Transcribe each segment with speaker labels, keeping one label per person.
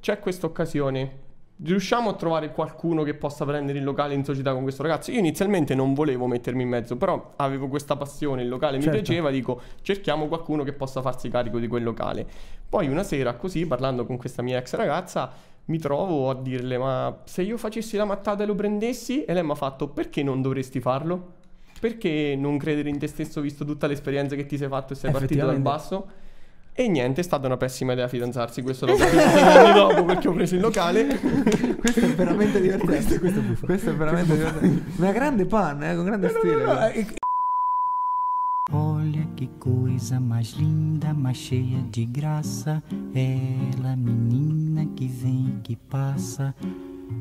Speaker 1: c'è questa occasione. Riusciamo a trovare qualcuno che possa prendere il locale in società con questo ragazzo? Io inizialmente non volevo mettermi in mezzo, però avevo questa passione, il locale
Speaker 2: Certo.
Speaker 1: mi piaceva, dico cerchiamo qualcuno che possa farsi carico di quel locale. Poi una sera così, parlando con questa mia ex ragazza, mi trovo a dirle ma se io facessi la mattata e lo prendessi? E lei mi ha fatto perché non dovresti farlo? Perché non credere in te stesso visto tutta l'esperienza che ti sei fatto e sei partito dal
Speaker 2: Effettivamente.
Speaker 1: basso? E niente, è stata una pessima idea fidanzarsi, questo l'ho capito anni dopo perché ho preso il locale.
Speaker 3: questo è veramente divertente. questo,
Speaker 2: questo è buffo.
Speaker 3: è veramente divertente. Una grande panna, eh, con grande stile.
Speaker 4: Olha que coisa mais linda, mais cheia de graça. Ela, menina que vem e que passa,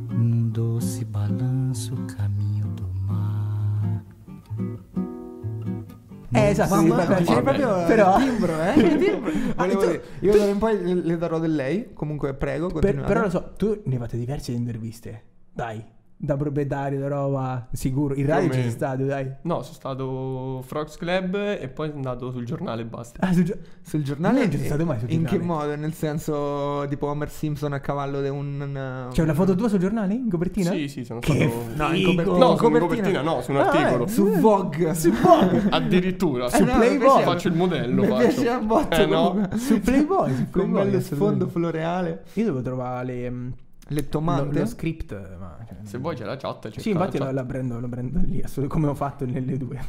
Speaker 4: num doce balanço, caminho do mar.
Speaker 3: Eh, esatto,
Speaker 2: Mamma
Speaker 3: sì,
Speaker 2: mia,
Speaker 3: vabbè, vabbè.
Speaker 2: c'è proprio
Speaker 3: Però-
Speaker 2: il timbro, eh?
Speaker 3: Il timbro.
Speaker 2: Ah,
Speaker 3: Volevo
Speaker 2: tu-
Speaker 3: dire, io d'ora in poi le- le darò del lei. Comunque, prego.
Speaker 2: Per-
Speaker 3: continuate.
Speaker 2: però lo so, tu ne hai fatte diverse di interviste. Dai, da proprietario, da roba, sicuro. Il radio
Speaker 1: o
Speaker 2: c'è
Speaker 1: meno.
Speaker 2: stato, dai.
Speaker 1: No, sono stato Frogs Club e poi sono andato sul giornale e basta.
Speaker 2: Ah, su gio-
Speaker 3: Sul giornale?
Speaker 2: Non è stato mai sul
Speaker 3: In che
Speaker 2: giornale.
Speaker 3: modo? Nel senso, tipo Homer Simpson a cavallo di un. um, Ah,
Speaker 2: C'è una foto tua sul giornale? In copertina?
Speaker 1: Sì, sì, sono
Speaker 2: Che
Speaker 1: stato...
Speaker 3: No, in
Speaker 2: Figo.
Speaker 3: copertina.
Speaker 1: No, su una copertina no, su un
Speaker 2: Ah,
Speaker 1: articolo.
Speaker 2: eh,
Speaker 3: Su Vogue.
Speaker 2: Su Vogue.
Speaker 1: Addirittura,
Speaker 3: Eh
Speaker 1: su
Speaker 3: no,
Speaker 1: Playboy
Speaker 3: invece-
Speaker 1: faccio il modello,
Speaker 3: Mi
Speaker 1: faccio.
Speaker 3: piace a botte
Speaker 1: Eh, no.
Speaker 3: comunque.
Speaker 2: su Playboy. Su
Speaker 3: Con
Speaker 2: Playboy.
Speaker 3: bello
Speaker 2: assolutamente.
Speaker 3: sfondo floreale.
Speaker 2: Io devo trovare le, mm,
Speaker 3: Le
Speaker 2: lo,
Speaker 3: tomate.
Speaker 2: lo script, ma... cioè,
Speaker 1: Se vuoi c'è la chat. cerca
Speaker 2: Sì, infatti
Speaker 1: la
Speaker 2: la,
Speaker 1: chat.
Speaker 3: esatto.
Speaker 2: la prendo, la prendo lì, assolut- come ho fatto nelle due.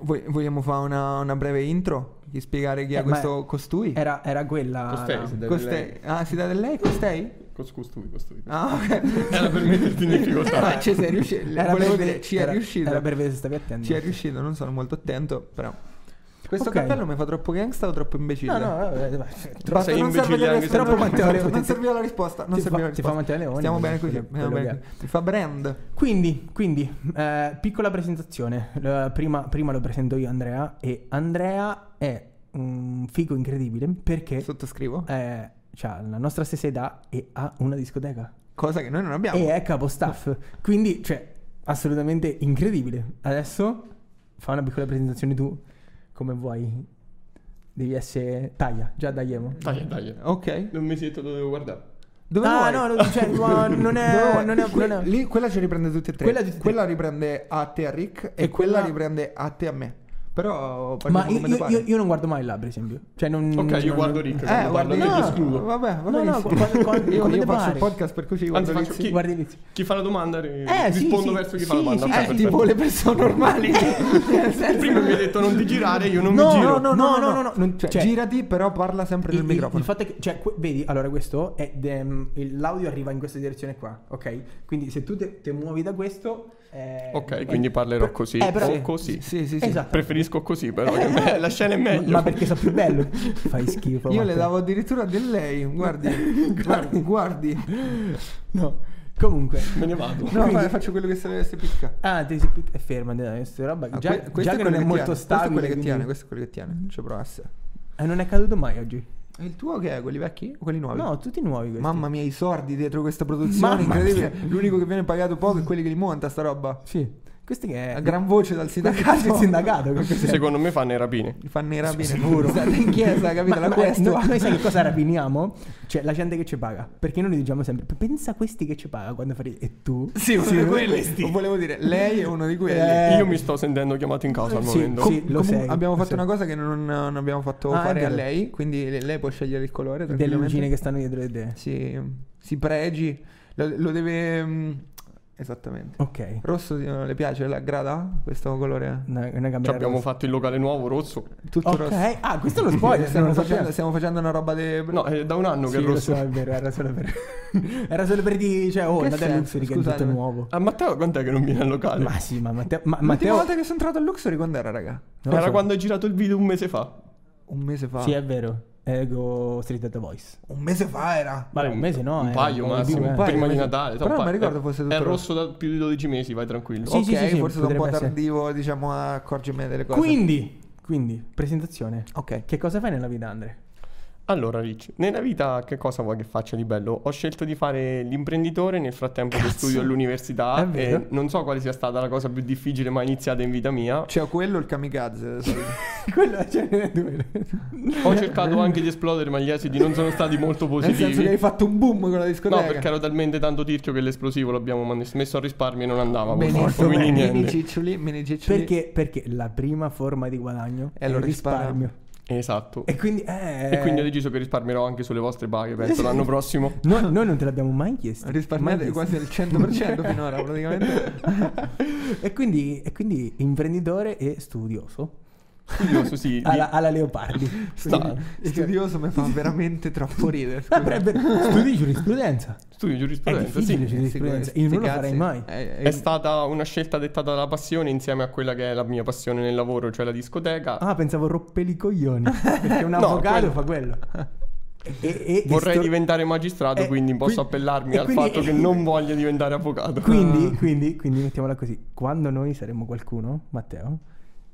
Speaker 3: Voi- vogliamo fare una, una breve intro? Di spiegare chi
Speaker 2: Eh,
Speaker 3: è
Speaker 2: ma
Speaker 3: questo costui?
Speaker 2: Era, era quella...
Speaker 1: Costei, se
Speaker 2: la-
Speaker 1: dai
Speaker 3: Costei.
Speaker 1: lei.
Speaker 3: Ah, si dà del lei? Costei?
Speaker 1: Cos- Costui, costui.
Speaker 3: Ah, ok.
Speaker 1: Era per metterti in difficoltà.
Speaker 3: Ah, ci sei riuscito.
Speaker 2: Era
Speaker 3: Volevo dire,
Speaker 2: per, vedere,
Speaker 3: ci è
Speaker 2: era-
Speaker 3: riuscito.
Speaker 2: era per vedere se stavi attento.
Speaker 3: Ci è riuscito, non sono molto attento, però. Questo
Speaker 2: Ok.
Speaker 3: cappello mi fa troppo gangsta o troppo imbecille?
Speaker 2: No, no, vabbè, vabbè,
Speaker 3: Basta,
Speaker 1: Sei
Speaker 3: non serve
Speaker 1: imbecille
Speaker 3: la
Speaker 1: anche se-
Speaker 3: risposta,
Speaker 2: Troppo Matteo
Speaker 3: non-
Speaker 2: Leone,
Speaker 3: Non
Speaker 2: ti-
Speaker 3: serviva la risposta. Non
Speaker 2: ti
Speaker 3: serviva
Speaker 2: fa-
Speaker 3: la
Speaker 2: ti fa
Speaker 3: risposta.
Speaker 2: Matteo Leone,
Speaker 3: Stiamo bene
Speaker 2: quello-
Speaker 3: così.
Speaker 2: quello
Speaker 3: Stiamo
Speaker 2: che
Speaker 3: bene.
Speaker 2: è.
Speaker 3: così. Mi fa brand.
Speaker 2: Quindi, quindi, eh, piccola presentazione. Eh, prima, prima lo presento io Andrea e Andrea è un figo incredibile perché
Speaker 3: Sottoscrivo.
Speaker 2: eh, ha la nostra stessa età e ha una discoteca
Speaker 3: Cosa che noi non abbiamo.
Speaker 2: e è capo staff. Quindi, cioè, assolutamente incredibile. Adesso fa una piccola presentazione tu come vuoi. Devi essere taglia, già tagliamo.
Speaker 1: Dai, dai.
Speaker 3: Ok.
Speaker 1: Non mi siedo dove devo guardare.
Speaker 3: Dove
Speaker 2: ah,
Speaker 3: vuoi?
Speaker 2: no, no, cioè, ma non
Speaker 3: Dove
Speaker 2: è
Speaker 3: vuoi?
Speaker 2: non è
Speaker 3: Que-
Speaker 2: non è-
Speaker 3: lì, quella ci riprende tutti e tre.
Speaker 2: Quella tutti e tre.
Speaker 3: riprende a te a Rick e,
Speaker 2: E
Speaker 3: quella
Speaker 2: quella-
Speaker 3: riprende a te a me. Però
Speaker 2: Ma
Speaker 3: parliamo
Speaker 2: io,
Speaker 3: come ne
Speaker 2: io-
Speaker 3: pare.
Speaker 2: io- io non guardo mai là, per esempio. Cioè, non,
Speaker 1: Ok, io
Speaker 2: non-
Speaker 1: guardo Rick.
Speaker 3: eh,
Speaker 1: quando
Speaker 3: guarda,
Speaker 1: parlo
Speaker 3: io
Speaker 1: io ti
Speaker 2: no.
Speaker 1: escludo.
Speaker 3: Vabbè, va
Speaker 2: No, no,
Speaker 3: benissimo.
Speaker 2: quando- quando-
Speaker 3: io,
Speaker 2: quando
Speaker 3: io
Speaker 2: ti
Speaker 3: faccio il
Speaker 2: pare.
Speaker 3: podcast per così
Speaker 1: Anzi,
Speaker 3: guardo
Speaker 1: faccio
Speaker 3: Lizzy.
Speaker 1: chi-
Speaker 2: Guardi inizio.
Speaker 1: Chi fa la domanda ri-
Speaker 2: Eh, sì,
Speaker 1: rispondo
Speaker 2: sì,
Speaker 1: verso chi
Speaker 2: sì,
Speaker 1: fa la domanda.
Speaker 2: sì,
Speaker 1: Ok,
Speaker 3: Eh,
Speaker 1: perfetto.
Speaker 3: tipo le persone normali. Nel senso-
Speaker 1: Prima mi hai detto non ti girare, io non mi giro.
Speaker 2: no, no, no, no, non-
Speaker 3: Cioè,
Speaker 2: cioè-
Speaker 3: girati, però parla sempre
Speaker 2: Il,
Speaker 3: nel
Speaker 2: il-
Speaker 3: microfono.
Speaker 2: il fatto è che, cioè, que- vedi, allora questo è. dem- il- l'audio arriva in questa direzione qua, ok? Quindi se tu te, te muovi da questo. eh,
Speaker 1: Ok,
Speaker 2: eh,
Speaker 1: quindi parlerò
Speaker 2: per-
Speaker 1: così
Speaker 2: eh, però-
Speaker 1: o così.
Speaker 3: Sì, sì, sì.
Speaker 2: Esatto.
Speaker 1: Preferisco così, però. che me- La scena è
Speaker 2: Ma-
Speaker 1: meglio.
Speaker 2: Ma perché so più bello? Fai schifo.
Speaker 3: Io le
Speaker 2: Matteo.
Speaker 3: davo addirittura del lei. Guardi, guardi, guardi.
Speaker 2: No. Comunque.
Speaker 1: Me ne vado.
Speaker 3: No,
Speaker 2: Quindi-
Speaker 3: fa- faccio quello che se, se picca.
Speaker 2: Ah, te si pic- eh, fermati, dai, questa roba.
Speaker 3: Ah,
Speaker 2: già
Speaker 3: que-
Speaker 2: già che non è
Speaker 3: quello
Speaker 2: molto
Speaker 3: tiene,
Speaker 2: stabile.
Speaker 3: Questo è quello che
Speaker 2: quindi-
Speaker 3: tiene, questo è quello che tiene. Ci provasse.
Speaker 2: Eh, non è caduto mai oggi.
Speaker 3: E il tuo che è? Quelli vecchi o quelli nuovi?
Speaker 2: No, tutti nuovi questi.
Speaker 3: Mamma mia, i sordi dietro questa produzione
Speaker 2: Mamma
Speaker 3: incredibile. L'unico che viene pagato poco è quelli che li monta sta roba.
Speaker 2: Sì. Questi che è.
Speaker 3: A gran voce dal sindacato.
Speaker 2: il sindacato. che cos'è?
Speaker 1: Secondo me fanno le rapine.
Speaker 3: Li fanno i rabbini.
Speaker 2: Sicuro.
Speaker 3: State in chiesa, capito?
Speaker 2: Ma-
Speaker 3: la
Speaker 2: ma
Speaker 3: questua.
Speaker 2: Noi, noi sai che cosa rapiniamo? Cioè, la gente che ci paga. Perché noi diciamo sempre: pensa a questi che ci paga quando fai. E tu?
Speaker 3: Sì, uno di quelli. Volevo dire, lei è uno di quelli.
Speaker 2: Eh,
Speaker 1: Io mi sto sentendo chiamato in causa al
Speaker 2: sì,
Speaker 1: momento.
Speaker 2: sì. lo
Speaker 3: Comunque
Speaker 2: sei,
Speaker 3: abbiamo
Speaker 2: lo
Speaker 3: fatto
Speaker 2: sei.
Speaker 3: una cosa che non, non abbiamo fatto
Speaker 2: Ah, è
Speaker 3: fare a
Speaker 2: vero.
Speaker 3: lei, quindi le- lei può scegliere il colore
Speaker 2: Delle
Speaker 3: tranquillamente.
Speaker 2: lucine che stanno dietro di te.
Speaker 3: si, si pregi, lo, lo deve... mm, Esattamente.
Speaker 2: Ok.
Speaker 3: Rosso eh, le piace, la grada questo colore?
Speaker 2: Una, una
Speaker 1: Ci
Speaker 2: camera
Speaker 1: abbiamo
Speaker 2: rossa.
Speaker 1: fatto il locale nuovo, rosso.
Speaker 3: Tutto rosso.
Speaker 2: Ok. Ah, questo è lo spoiler. se
Speaker 3: Stiamo
Speaker 2: non
Speaker 3: facendo,
Speaker 2: lo sappiamo.
Speaker 3: stiamo facendo una roba de...
Speaker 1: No, è da un anno che
Speaker 2: Sì,
Speaker 1: è
Speaker 2: lo
Speaker 1: rosso.
Speaker 2: so, è vero, era solo per. era solo per dire. Cioè, oh,
Speaker 3: Che
Speaker 2: andate a
Speaker 3: senso?
Speaker 2: Luxury che è tutto
Speaker 3: Scusatemi.
Speaker 2: nuovo.
Speaker 1: A Ah, Matteo quant'è che non viene al locale?
Speaker 2: Ma sì, ma Matteo. Ma,
Speaker 3: L'ultima
Speaker 2: Matteo
Speaker 3: volta che sono entrato al Luxury quando era, raga?
Speaker 2: non lo
Speaker 1: Era
Speaker 2: so.
Speaker 1: quando hai girato il video un mese fa.
Speaker 3: Un mese fa.
Speaker 2: Sì, è vero. Ego Street at the Voice.
Speaker 3: Un mese fa era.
Speaker 2: Vabbè, un mese no.
Speaker 1: Un
Speaker 2: eh,
Speaker 1: paio
Speaker 2: un po' di
Speaker 1: massimo,
Speaker 2: più, eh.
Speaker 3: paio,
Speaker 1: prima
Speaker 3: un
Speaker 1: di
Speaker 3: mese.
Speaker 1: Natale.
Speaker 3: Però
Speaker 1: un
Speaker 3: non
Speaker 1: paio-
Speaker 3: mi ricordo fosse tutto
Speaker 1: È
Speaker 3: rosso.
Speaker 1: rosso da più di 12 mesi, vai tranquillo.
Speaker 2: Sì,
Speaker 3: ok,
Speaker 2: sì, sì, sì,
Speaker 3: forse sono un po'
Speaker 2: potrebbe essere.
Speaker 3: tardivo, diciamo, a accorgermi delle cose.
Speaker 2: Quindi, quindi, presentazione.
Speaker 3: Ok.
Speaker 2: Che cosa fai nella vita, Andre?
Speaker 1: Allora, Rich, nella vita che cosa vuoi che faccia di bello? Ho scelto di fare l'imprenditore nel frattempo che studio
Speaker 2: È
Speaker 1: all'università
Speaker 2: vero.
Speaker 1: e non so quale sia stata la cosa più difficile mai iniziata in vita mia.
Speaker 3: Cioè, quello il kamikaze. sì.
Speaker 2: Quello cioè, ne è due.
Speaker 1: Ho cercato anche di esplodere, ma gli esiti non sono stati molto
Speaker 2: Cioè, Nel senso che hai
Speaker 1: positivi.
Speaker 2: fatto un boom con la
Speaker 1: No,
Speaker 2: discoteca.
Speaker 1: perché ero talmente tanto tirchio che l'esplosivo l'abbiamo man- messo a risparmio e non andava.
Speaker 3: Benissimo,
Speaker 1: purtroppo, quindi
Speaker 3: mini
Speaker 1: niente.
Speaker 3: ciccioli, mini ciccioli.
Speaker 2: Perché, perché la prima forma di guadagno
Speaker 3: È
Speaker 2: è
Speaker 3: lo
Speaker 2: il risparmio.
Speaker 1: Esatto.
Speaker 2: E quindi, eh,
Speaker 1: E quindi ho deciso che risparmierò anche sulle vostre paghe, penso, l'anno prossimo.
Speaker 2: No, noi non te l'abbiamo mai chiesto. Mai
Speaker 3: Risparmiate
Speaker 2: chiesto.
Speaker 3: quasi il 100% finora praticamente.
Speaker 2: E quindi, e quindi imprenditore e studioso.
Speaker 1: Curioso, sì. di-
Speaker 2: Alla, alla Leopardi.
Speaker 1: Sta-
Speaker 3: Studioso mi fa veramente troppo ridere. scusa.
Speaker 2: Avrebbe studi giurisprudenza.
Speaker 1: Studio
Speaker 2: È
Speaker 1: giurisprudenza, sì.
Speaker 2: difficile
Speaker 3: Eh,
Speaker 2: cioè, giurisprudenza. Io non lo farei mai.
Speaker 3: È,
Speaker 1: È stata una scelta dettata dalla passione insieme a quella che è la mia passione nel lavoro, cioè la discoteca.
Speaker 2: Ah, pensavo roppeli coglioni. Perché un
Speaker 1: No,
Speaker 2: avvocato
Speaker 1: quello.
Speaker 2: fa quello. E- e- e
Speaker 1: Vorrei
Speaker 2: sto-
Speaker 1: diventare magistrato,
Speaker 2: Eh,
Speaker 1: quindi posso
Speaker 2: qui-
Speaker 1: appellarmi
Speaker 2: e
Speaker 1: al
Speaker 2: quindi-
Speaker 1: fatto che non voglio diventare avvocato.
Speaker 2: Quindi, quindi, quindi mettiamola così. Quando noi saremo qualcuno, Matteo,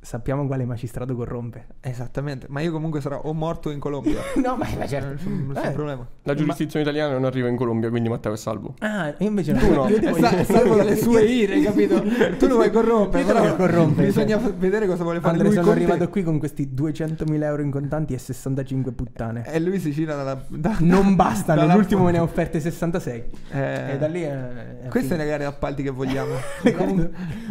Speaker 2: sappiamo quale magistrato corrompe.
Speaker 3: Esattamente, ma io comunque sarò o morto in Colombia.
Speaker 2: No, ma ma
Speaker 3: Non c'è
Speaker 2: certo.
Speaker 3: nessun
Speaker 2: Eh.
Speaker 3: problema.
Speaker 1: La giurisdizione italiana non arriva in Colombia, quindi Matteo è salvo.
Speaker 2: Ah, io invece
Speaker 1: Tu no.
Speaker 2: Io ti
Speaker 3: È
Speaker 2: voglio-
Speaker 3: sta- è salvo dalle sue ire, capito? Tu lo vuoi corrompere,
Speaker 2: Io te
Speaker 3: però
Speaker 2: lo voglio corrompere,
Speaker 3: bisogna
Speaker 2: cioè.
Speaker 3: f- vedere cosa vuole fare
Speaker 2: Andre,
Speaker 3: lui
Speaker 2: sono
Speaker 3: con te.
Speaker 2: arrivato qui con questi 200.000 euro in contanti e 65 puttane.
Speaker 3: E lui si gira dalla... da-
Speaker 2: Non bastano,
Speaker 3: Eh. dalla-
Speaker 2: l'ultimo me ne ha offerte 66.
Speaker 3: Eh,
Speaker 2: E da lì è- è
Speaker 3: Questa è
Speaker 2: finita.
Speaker 3: la gara appalti che vogliamo.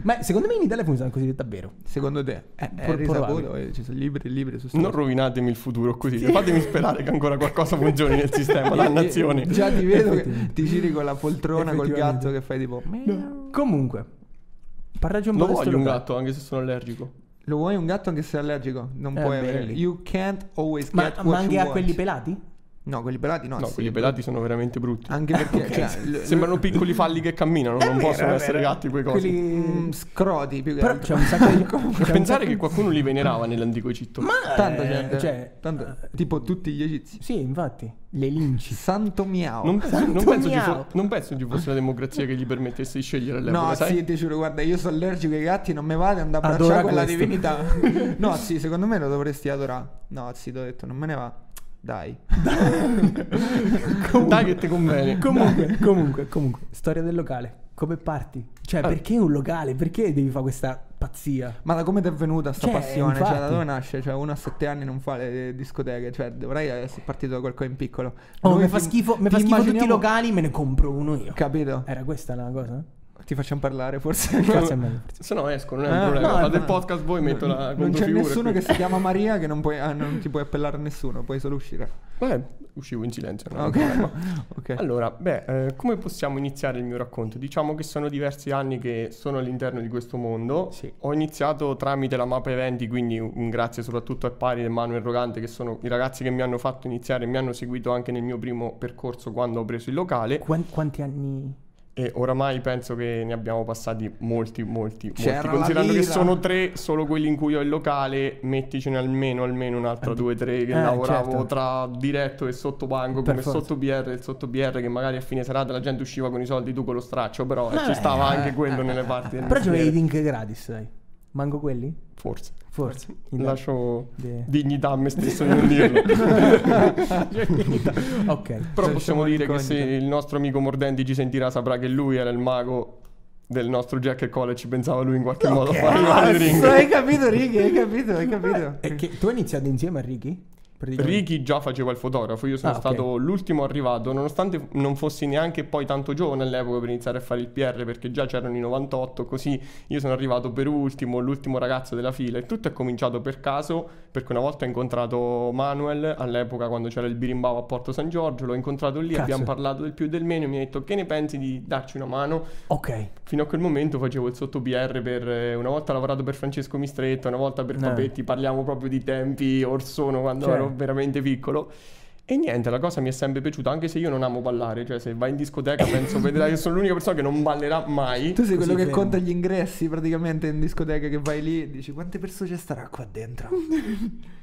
Speaker 2: Ma secondo me in Italia funziona così davvero.
Speaker 3: Secondo te? È, è
Speaker 2: Pro-
Speaker 3: risaputo,
Speaker 2: probabile.
Speaker 3: eh, ci sono libri e libri su sta
Speaker 1: Non
Speaker 3: cosa.
Speaker 1: rovinatemi il futuro così. Fatemi sperare che ancora qualcosa funzioni nel sistema, dannazione.
Speaker 3: Già ti vedo che
Speaker 2: Effettivamente.
Speaker 3: ti giri con la poltrona, col
Speaker 2: Effettivamente.
Speaker 3: gatto che fai tipo...
Speaker 2: Comunque, parlaci un po'
Speaker 1: Lo
Speaker 2: di sto
Speaker 1: voglio un
Speaker 2: locale.
Speaker 1: gatto, anche se sono allergico.
Speaker 3: Lo vuoi un gatto anche se è allergico? Non
Speaker 2: Eh,
Speaker 3: puoi
Speaker 2: beh,
Speaker 3: avere.
Speaker 2: lì.
Speaker 3: You can't always
Speaker 2: Ma,
Speaker 3: get
Speaker 2: ma
Speaker 3: what you
Speaker 2: anche a
Speaker 3: want.
Speaker 2: quelli pelati?
Speaker 3: No, quelli pelati no.
Speaker 1: No,
Speaker 3: sì.
Speaker 1: quelli pelati sono veramente brutti.
Speaker 2: Ah,
Speaker 3: Anche perché cioè, l-
Speaker 1: Sembrano piccoli falli che camminano, non
Speaker 2: eh, vero,
Speaker 1: possono
Speaker 2: Eh, è
Speaker 1: essere
Speaker 2: vero.
Speaker 1: gatti quei cosi.
Speaker 2: Quelli...
Speaker 3: mm, scroti più che
Speaker 2: Però c'è
Speaker 3: altro.
Speaker 2: un sacco di... c'è un
Speaker 1: E
Speaker 2: sacco-
Speaker 1: pensare che qualcuno li venerava nell'antico Egitto.
Speaker 2: Ma...
Speaker 3: Tanta
Speaker 2: eh,
Speaker 3: gente.
Speaker 2: Cioè...
Speaker 3: tanta- tipo tutti gli egizi.
Speaker 2: Sì, infatti. Le linci.
Speaker 3: Santo miao.
Speaker 1: Non penso, non penso ci
Speaker 2: miau.
Speaker 1: fo- non penso ci fosse una democrazia che gli permettesse di scegliere all'epoca,
Speaker 3: No,
Speaker 1: sai?
Speaker 3: sì, ti giuro, guarda, io sono allergico ai gatti, non mi vado ad andare a
Speaker 2: Adora
Speaker 3: abbracciare quella
Speaker 2: questo.
Speaker 3: divinità. No, sì, secondo me lo dovresti adorare. No, sì, ti ho detto, non me ne va. Dai.
Speaker 1: Dai che ti conviene.
Speaker 2: Comunque, comunque, comunque. Storia del locale. Come parti? Cioè,
Speaker 1: Ah.
Speaker 2: perché un locale? Perché devi fare questa pazzia?
Speaker 3: Ma da come ti è venuta sta
Speaker 2: Cioè,
Speaker 3: passione? Cioè, da
Speaker 2: infatti.
Speaker 3: dove nasce? Cioè, uno a sette anni non fa le discoteche, cioè, dovrai essere partito da qualcosa in piccolo.
Speaker 2: Oh,
Speaker 3: Noi
Speaker 2: mi fa
Speaker 3: ti-
Speaker 2: schifo, mi
Speaker 3: ti
Speaker 2: fa schifo tutti i
Speaker 3: immaginiamo-
Speaker 2: locali, me ne compro uno io.
Speaker 3: Capito?
Speaker 2: Era questa la cosa?
Speaker 3: Ti facciamo parlare, forse.
Speaker 2: Grazie a me.
Speaker 1: Se no esco, non è
Speaker 3: Eh,
Speaker 1: un problema.
Speaker 2: no,
Speaker 1: Fate
Speaker 2: no.
Speaker 1: il podcast voi, metto la
Speaker 3: non c'è
Speaker 1: controfigura
Speaker 3: nessuno
Speaker 1: qui.
Speaker 3: che si chiama Maria che non, puoi, ah, non ti puoi appellare a nessuno, puoi solo uscire.
Speaker 1: Beh, uscivo in silenzio. no?
Speaker 3: Ok. ok.
Speaker 1: Allora, beh, eh, come possiamo iniziare il mio racconto? Diciamo che sono diversi anni che sono all'interno di questo mondo.
Speaker 2: Sì.
Speaker 1: Ho iniziato tramite la Mappa Eventi, quindi un grazie soprattutto a Pari e Manuel Rogante, che sono i ragazzi che mi hanno fatto iniziare e mi hanno seguito anche nel mio primo percorso quando ho preso il locale.
Speaker 2: Quan- quanti anni?
Speaker 1: E oramai penso che ne abbiamo passati molti, molti,
Speaker 3: C'era
Speaker 1: molti.
Speaker 3: la
Speaker 1: Considerando che
Speaker 3: lira.
Speaker 1: sono tre, solo quelli in cui ho il locale, metticene almeno, almeno un'altra due, tre che
Speaker 2: eh,
Speaker 1: lavoravo
Speaker 2: certo.
Speaker 1: tra diretto e sottobanco,
Speaker 2: Per
Speaker 1: come
Speaker 2: forza.
Speaker 1: sotto PR e sotto BR, che magari a fine serata la gente usciva con i soldi, tu con lo straccio, però eh,
Speaker 2: Vabbè,
Speaker 1: ci stava
Speaker 2: eh,
Speaker 1: anche quello nelle parti del
Speaker 2: Però c'avevi i
Speaker 1: mestiere.
Speaker 2: link gratis, dai. Manco quelli?
Speaker 1: Forse.
Speaker 2: Forse.
Speaker 1: Lascio
Speaker 2: De-
Speaker 1: dignità a me stesso di non dirlo.
Speaker 2: Ok.
Speaker 1: Però
Speaker 3: Cioè,
Speaker 1: possiamo
Speaker 3: siamo
Speaker 1: dire che se
Speaker 3: incognito.
Speaker 1: il nostro amico Mordenti ci sentirà saprà che lui era il mago del nostro Jack e Cole e ci pensava lui in qualche modo a fare
Speaker 2: Ah,
Speaker 1: i vari
Speaker 3: Cazzo,
Speaker 1: ring.
Speaker 3: Eh, hai capito, Eh, Righi? Hai capito, hai capito.
Speaker 2: E che tu hai iniziato insieme a Ricky? Praticamente.
Speaker 1: Ricky già faceva il fotografo, io sono
Speaker 2: Ah, ok.
Speaker 1: stato l'ultimo arrivato, nonostante non fossi neanche poi tanto giovane all'epoca per iniziare a fare il PR, perché già c'erano i 98, così io sono arrivato per ultimo, l'ultimo ragazzo della fila e tutto è cominciato per caso, perché una volta ho incontrato Manuel, all'epoca quando c'era il birimbao a Porto San Giorgio, l'ho incontrato lì,
Speaker 2: Cazzo.
Speaker 1: abbiamo parlato del più e del meno, e mi ha detto che ne pensi di darci una mano?
Speaker 2: Ok.
Speaker 1: Fino a quel momento facevo il sotto PR per eh, una volta ho lavorato per Francesco Mistretta, una volta per
Speaker 2: Eh.
Speaker 1: Papetti, parliamo proprio di tempi orsono quando
Speaker 2: Cioè.
Speaker 1: ero veramente piccolo. E niente, la cosa mi è sempre piaciuta, anche se io non amo ballare, cioè se vai in discoteca penso vedrai che sono l'unica persona che non ballerà mai.
Speaker 3: Tu sei quello
Speaker 2: Così
Speaker 3: che
Speaker 2: fermo.
Speaker 3: conta gli ingressi praticamente in discoteca che vai lì e dici quante persone ci starà qua dentro.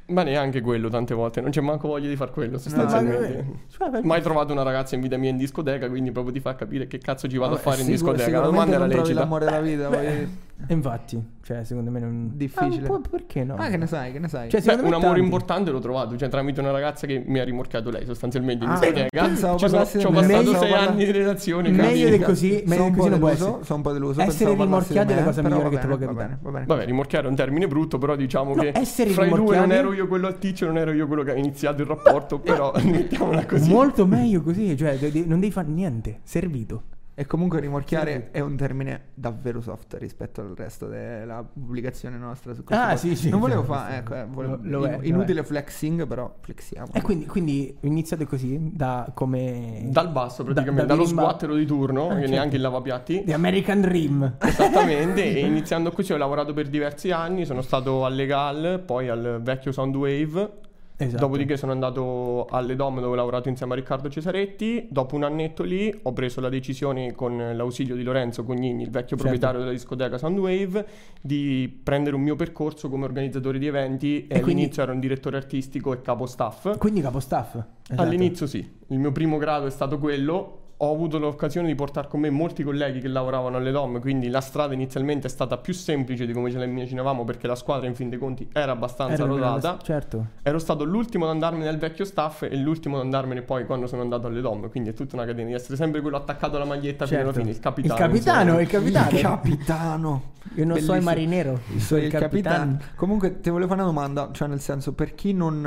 Speaker 1: Ma neanche quello tante volte, non c'è manco voglia di far quello sostanzialmente.
Speaker 2: Cioè, perché-
Speaker 1: Mai trovato una ragazza in vita mia in discoteca, quindi proprio ti fa capire che cazzo ci vado
Speaker 3: Vabbè,
Speaker 1: a fare in
Speaker 3: sicur-
Speaker 1: discoteca. La
Speaker 3: sicuramente
Speaker 1: domanda era
Speaker 3: non trovi
Speaker 1: lecita.
Speaker 3: l'amore della vita. voglio dire.
Speaker 2: E infatti, cioè, secondo me non...
Speaker 3: Difficile.
Speaker 2: Ah, un po' perché no?
Speaker 3: Ma che ne sai, che ne sai?
Speaker 2: Cioè,
Speaker 1: Beh,
Speaker 2: secondo
Speaker 1: un
Speaker 2: me
Speaker 1: amore
Speaker 2: tanti.
Speaker 1: importante l'ho trovato, cioè tramite una ragazza che mi ha rimorchiato lei sostanzialmente.
Speaker 3: Ah,
Speaker 1: mi spiega. Ci
Speaker 3: pensavo
Speaker 1: sono-
Speaker 3: parlassi
Speaker 1: ci ho
Speaker 3: del-
Speaker 1: passato
Speaker 2: meglio-
Speaker 1: sei
Speaker 3: parla-
Speaker 1: anni di relazione.
Speaker 3: Cioè,
Speaker 2: meglio
Speaker 1: cazzo.
Speaker 2: del così, meglio
Speaker 3: sono un
Speaker 2: di
Speaker 3: po'
Speaker 2: così non può
Speaker 3: deluso,
Speaker 2: essere.
Speaker 3: sono un po' deluso.
Speaker 2: Essere
Speaker 3: pensavo parlassi
Speaker 2: rimorchiati
Speaker 3: di
Speaker 2: è la
Speaker 3: me,
Speaker 2: cosa
Speaker 3: però va
Speaker 2: migliore che ti
Speaker 3: bene,
Speaker 2: può
Speaker 3: Va bene,
Speaker 2: capitare.
Speaker 3: va bene.
Speaker 1: Vabbè, rimorchiare è un termine brutto, però diciamo
Speaker 2: No,
Speaker 1: che
Speaker 2: essere
Speaker 1: fra i due non
Speaker 2: rimorchiati- Eh,
Speaker 1: ero io quello atticcio, non ero io quello che ha iniziato il rapporto, però mettiamola così.
Speaker 2: Molto meglio così, cioè de- de- non devi fare niente, servito.
Speaker 3: E comunque rimorchiare è un termine davvero soft rispetto al resto della pubblicazione nostra su questo.
Speaker 2: Ah,
Speaker 3: pod-
Speaker 2: sì, sì,
Speaker 3: Non volevo
Speaker 2: sì,
Speaker 3: fare,
Speaker 2: sì.
Speaker 3: ecco, eh, volevo-
Speaker 2: Lo- lo è,
Speaker 3: in-
Speaker 2: lo
Speaker 3: inutile flexing, però flexiamo.
Speaker 2: E quindi, quindi iniziate così, da come...
Speaker 1: Dal basso praticamente,
Speaker 2: da- da
Speaker 1: dallo
Speaker 2: bimba-
Speaker 1: sguattero di turno,
Speaker 2: Ah,
Speaker 1: che
Speaker 2: certo.
Speaker 1: neanche il lavapiatti.
Speaker 2: The American Dream.
Speaker 1: Esattamente, e iniziando così ho lavorato per diversi anni, sono stato alle GAL, poi al vecchio Soundwave,
Speaker 2: Esatto.
Speaker 1: dopodiché sono andato alle DOM dove ho lavorato insieme a Riccardo Cesaretti, dopo un annetto lì ho preso la decisione con l'ausilio di Lorenzo Cognini, il vecchio
Speaker 2: Certo.
Speaker 1: proprietario della discoteca Soundwave, di prendere un mio percorso come organizzatore di eventi e,
Speaker 2: E quindi-
Speaker 1: all'inizio ero un direttore artistico e capo staff.
Speaker 2: Quindi capo staff. esatto.
Speaker 1: All'inizio sì, il mio primo grado è stato quello. Ho avuto l'occasione di portare con me molti colleghi che lavoravano alle DOM, quindi la strada inizialmente è stata più semplice di come ce la immaginavamo perché la squadra in fin dei conti era abbastanza
Speaker 2: Era una bella-
Speaker 1: rodata.
Speaker 2: Certo.
Speaker 1: Ero stato l'ultimo ad andarmene al vecchio staff e l'ultimo ad andarmene poi quando sono andato alle DOM, quindi è tutta una catena di essere sempre quello attaccato alla maglietta fino alla
Speaker 2: Certo.
Speaker 1: fine, il
Speaker 2: Il
Speaker 1: capitano.
Speaker 2: capitano,
Speaker 1: insomma.
Speaker 2: il capitano.
Speaker 3: capitano.
Speaker 2: Io non so
Speaker 3: Bellissimo.
Speaker 2: il marinero, sono
Speaker 3: il capitano. Comunque ti volevo fare una domanda, cioè nel senso per chi non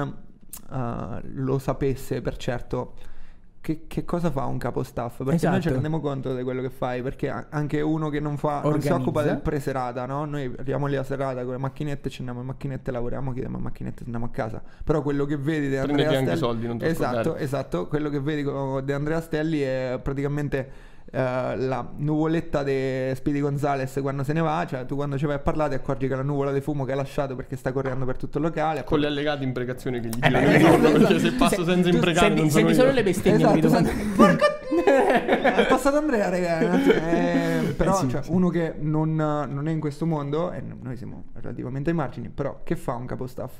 Speaker 3: eh, lo sapesse per certo che, che cosa fa un capostaff? Perché noi ci
Speaker 2: Esatto.
Speaker 3: rendiamo conto di quello che fai, perché a- anche uno che non, fa, non si
Speaker 2: Organizza.
Speaker 3: occupa del preserata, no? Noi arriviamo lì a serata con le macchinette, ci andiamo in macchinette, lavoriamo, chiediamo le macchinette, andiamo a casa. Però quello che vedi di
Speaker 1: Prenditi
Speaker 3: Andrea
Speaker 1: anche i
Speaker 3: Stelli-
Speaker 1: soldi, non ti
Speaker 3: Esatto,
Speaker 1: scordare.
Speaker 3: esatto, quello che vedi co- di Andrea Stelli è praticamente eh, la nuvoletta di Speedy Gonzales quando se ne va, cioè tu quando ci vai a parlare ti accorgi che la nuvola di fumo che ha lasciato perché sta correndo per tutto il locale.
Speaker 1: Con le allegate imprecazioni che gli
Speaker 2: Eh,
Speaker 1: girano
Speaker 2: beh,
Speaker 1: intorno,
Speaker 2: esatto.
Speaker 1: perché se passo senza imprecare non sono
Speaker 2: Senti
Speaker 1: io.
Speaker 2: solo le bestemmie.
Speaker 3: Esatto,
Speaker 2: mi domando.
Speaker 3: senti- È passato Andrea, raga. un attimo. Eh, però,
Speaker 2: Eh sì,
Speaker 3: cioè,
Speaker 2: sì.
Speaker 3: uno che non, non è in questo mondo, e noi siamo relativamente ai margini, però, che fa un capostaff?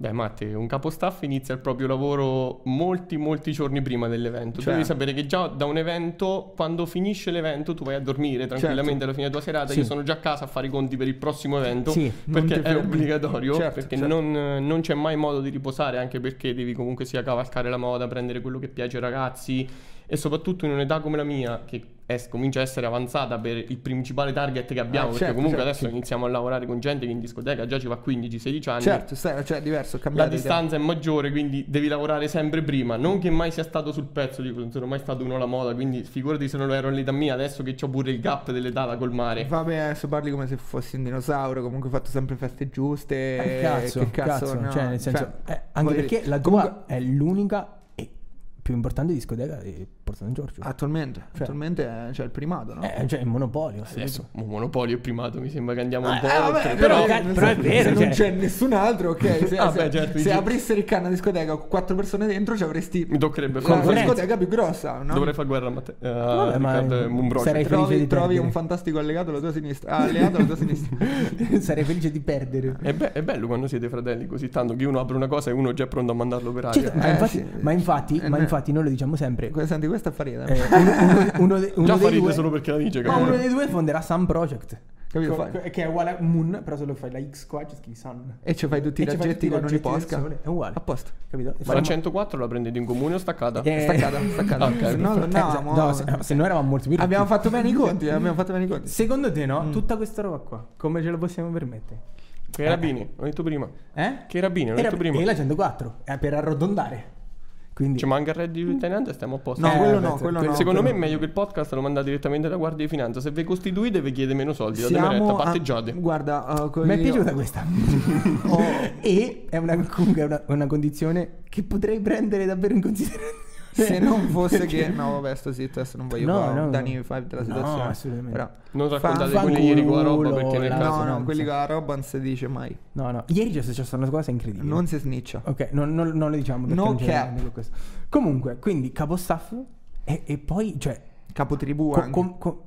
Speaker 1: Beh, Matte, un capostaff inizia il proprio lavoro molti, molti giorni prima dell'evento.
Speaker 3: Cioè-
Speaker 2: Certo.
Speaker 1: Devi sapere che già da un evento, quando finisce l'evento, tu vai a dormire tranquillamente
Speaker 3: Certo.
Speaker 1: alla fine della tua serata.
Speaker 2: Sì.
Speaker 1: Io sono già a casa a fare i conti per il prossimo evento
Speaker 2: Sì,
Speaker 3: non ti
Speaker 1: perché è
Speaker 3: fermi.
Speaker 1: obbligatorio.
Speaker 3: Certo,
Speaker 1: perché
Speaker 3: certo.
Speaker 1: Non, non c'è mai modo di riposare, anche perché devi comunque sia cavalcare la moda, prendere quello che piace ai ragazzi e soprattutto in un'età come la mia, che es- comincia a essere avanzata per il principale target che abbiamo, perché
Speaker 3: certo,
Speaker 1: comunque
Speaker 3: certo,
Speaker 1: adesso
Speaker 3: sì.
Speaker 1: iniziamo a lavorare con gente che in discoteca già ci va 15-16 anni.
Speaker 3: Certo, sai, cioè, è diverso,
Speaker 1: La
Speaker 3: cambiare idea.
Speaker 1: distanza è maggiore, quindi devi lavorare sempre prima. Non che mai sia stato sul pezzo, dico, non sono mai stato uno alla moda, quindi figurati se non lo ero all'età mia, adesso che ho pure il gap dell'età da colmare.
Speaker 3: Vabbè, adesso parli come se fossi un dinosauro. Comunque, hai fatto sempre feste giuste.
Speaker 2: Eh, Cazzo,
Speaker 3: che cazzo, no,
Speaker 2: cioè nel senso,
Speaker 3: cioè,
Speaker 2: eh, anche
Speaker 3: voglio
Speaker 2: perché
Speaker 3: dire,
Speaker 2: la tua
Speaker 3: comunque-
Speaker 2: è l'unica e più importante discoteca di Porto San Giorgio.
Speaker 3: attualmente, attualmente eh, c'è il primato, Ah, no?
Speaker 2: Cioè. Eh, cioè, il monopolio.
Speaker 1: Adesso, mo- monopolio e primato, mi sembra che andiamo un po'
Speaker 2: eh, vabbè,
Speaker 1: oltre.
Speaker 2: però-
Speaker 1: Però,
Speaker 2: eh, però è vero,
Speaker 3: se
Speaker 2: cioè-
Speaker 3: non c'è nessun altro, ok. Se,
Speaker 1: Ah,
Speaker 3: se-
Speaker 1: beh, certo,
Speaker 3: se
Speaker 1: dici-
Speaker 3: aprissi il canna discoteca con quattro persone dentro, ci avresti
Speaker 1: mi
Speaker 2: Eh,
Speaker 1: toccherebbe
Speaker 3: la
Speaker 1: fare...
Speaker 2: Concorrenza.
Speaker 3: discoteca più grossa, no?
Speaker 1: Dovrei far guerra a Matteo. eh,
Speaker 2: Vabbè, ma-
Speaker 1: Riccardo e Monbrocio.
Speaker 2: sarei- felice
Speaker 3: Trovi,
Speaker 2: di
Speaker 3: trovi
Speaker 2: perdere.
Speaker 3: un fantastico allegato alla tua sinistra. Ah, alleato alla tua sinistra.
Speaker 2: Cioè, sarei felice di perdere.
Speaker 1: È, be- è bello quando siete fratelli così tanto che uno apre una cosa e uno è già pronto a mandarlo per aria.
Speaker 2: Cioè, ma,
Speaker 3: Eh,
Speaker 2: infatti,
Speaker 3: sì.
Speaker 2: ma infatti,
Speaker 3: Eh,
Speaker 2: ma
Speaker 3: no.
Speaker 2: infatti noi lo diciamo sempre.
Speaker 3: Que- Senti, questa fa ridere.
Speaker 2: eh, uno, uno- uno de- uno
Speaker 1: già
Speaker 2: dei
Speaker 1: farete
Speaker 2: due,
Speaker 1: solo perché la dice,
Speaker 2: ma
Speaker 1: capito?
Speaker 2: uno dei due fonderà Sun Project.
Speaker 3: Capito?
Speaker 2: Co-
Speaker 3: Fai-
Speaker 2: co- che è uguale a Moon, però se lo fai la X qua ci scrivi Sun.
Speaker 3: E ci fai tutti i
Speaker 2: E ci fai
Speaker 3: raggetti
Speaker 2: tutti i
Speaker 3: con ogni
Speaker 2: raggetti del
Speaker 3: posca.
Speaker 2: sole, È uguale.
Speaker 3: A posto.
Speaker 2: Capito?
Speaker 1: Ma la 104 la prendete in comune o staccata?
Speaker 2: Eh,
Speaker 3: Staccata, staccata.
Speaker 1: Ok.
Speaker 3: Se no,
Speaker 2: Eh,
Speaker 3: no,
Speaker 2: no,
Speaker 3: mo-
Speaker 2: se, no, se noi eravamo molto più ricchi.
Speaker 3: Abbiamo fatto bene i conti, eh, abbiamo fatto bene i conti.
Speaker 2: Secondo te, no? Tutta questa roba qua, come ce la possiamo permettere?
Speaker 1: Che rabini, ho detto prima.
Speaker 2: Eh?
Speaker 1: Che rabini, ho
Speaker 2: Era-
Speaker 1: detto prima.
Speaker 2: E la 104, è per arrotondare. Quindi,
Speaker 1: Ci manca il reddito di tenente e stiamo a posto.
Speaker 3: No,
Speaker 2: Eh,
Speaker 3: quello
Speaker 2: vabbè,
Speaker 3: no, quello no.
Speaker 1: Secondo me
Speaker 3: quello
Speaker 1: è meglio che il podcast lo manda direttamente alla Guardia di Finanza. Se vi costituite, vi chiede meno soldi. Date
Speaker 3: Siamo
Speaker 1: meretta,
Speaker 3: a-
Speaker 1: patteggiate.
Speaker 3: Guarda, uh, co-
Speaker 2: mi è
Speaker 3: io-
Speaker 2: piaciuta questa. Oh. e è una, comunque è una, una condizione che potrei prendere davvero in considerazione.
Speaker 3: Se non fosse che. No, vabbè, sto zitto, adesso non voglio
Speaker 2: No,
Speaker 3: fare
Speaker 2: no,
Speaker 3: un Dani
Speaker 2: no.
Speaker 3: Five della
Speaker 2: No,
Speaker 3: situazione.
Speaker 2: assolutamente.
Speaker 3: Però-
Speaker 1: Non raccontate
Speaker 2: Fa-
Speaker 1: quelli ieri con la roba
Speaker 2: fanculo,
Speaker 1: perché nel
Speaker 2: la-
Speaker 1: caso.
Speaker 3: No, no,
Speaker 2: non
Speaker 3: quelli
Speaker 2: so.
Speaker 3: con la roba non si dice mai.
Speaker 2: No, no, ieri c'è successa una cosa incredibile.
Speaker 3: Non si sniccia.
Speaker 2: Ok, non, non- non lo diciamo perché
Speaker 3: No
Speaker 2: non c'entra
Speaker 3: cap.
Speaker 2: niente con questo. Comunque, quindi capostaff e, e poi, cioè,
Speaker 3: Capotribù
Speaker 2: co-
Speaker 3: anche.
Speaker 2: com- co-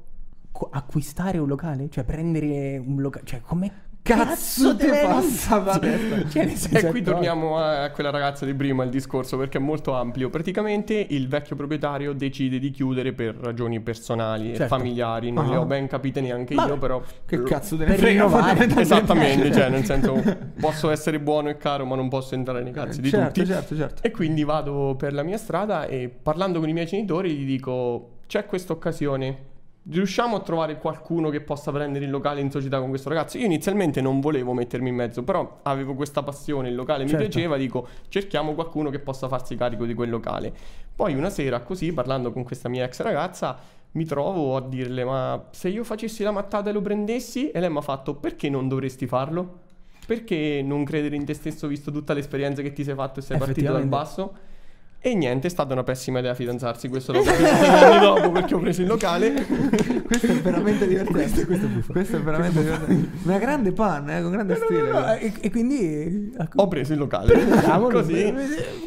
Speaker 2: co- acquistare un locale, cioè prendere un locale, cioè come
Speaker 3: cazzo te
Speaker 2: te ne
Speaker 3: passa per la testa?
Speaker 2: Cioè, nel
Speaker 1: E
Speaker 2: senso,
Speaker 3: Esatto.
Speaker 1: qui
Speaker 2: è
Speaker 1: torniamo a quella ragazza di prima, il discorso perché è molto ampio. Praticamente il vecchio proprietario decide di chiudere per ragioni personali e
Speaker 2: Certo.
Speaker 1: familiari, non le
Speaker 3: Ah.
Speaker 1: ho ben capite neanche
Speaker 2: Ma-
Speaker 1: io, però...
Speaker 3: Che cazzo te ne
Speaker 2: Per
Speaker 3: frega
Speaker 2: rinnovare.
Speaker 3: fondamentalmente?
Speaker 1: Esattamente, cioè nel senso posso essere buono e caro ma non posso entrare nei cazzi di
Speaker 3: certo,
Speaker 1: tutti.
Speaker 3: certo, certo.
Speaker 1: E quindi vado per la mia strada e parlando con i miei genitori gli dico c'è questa occasione. Riusciamo a trovare qualcuno che possa prendere il locale in società con questo ragazzo? Io inizialmente non volevo mettermi in mezzo, però avevo questa passione, il locale mi
Speaker 2: Certo.
Speaker 1: piaceva, dico cerchiamo qualcuno che possa farsi carico di quel locale. Poi una sera così, parlando con questa mia ex ragazza, mi trovo a dirle ma se io facessi la mattata e lo prendessi? E lei mi ha fatto perché non dovresti farlo? Perché non credere in te stesso visto tutta l'esperienza che ti sei fatto e sei partito dal
Speaker 2: Effettivamente.
Speaker 1: basso? E niente, è stata una pessima idea fidanzarsi, questo l'ho capito due anni dopo perché ho preso il locale.
Speaker 3: Questo è veramente divertente.
Speaker 2: Questo- questo è buffo.
Speaker 3: Questo è veramente divertente. Una grande panna, eh, con grande stile.
Speaker 2: No, no, no, e, e quindi... eh,
Speaker 1: Ho preso il locale.
Speaker 2: Cavolo,
Speaker 1: Così.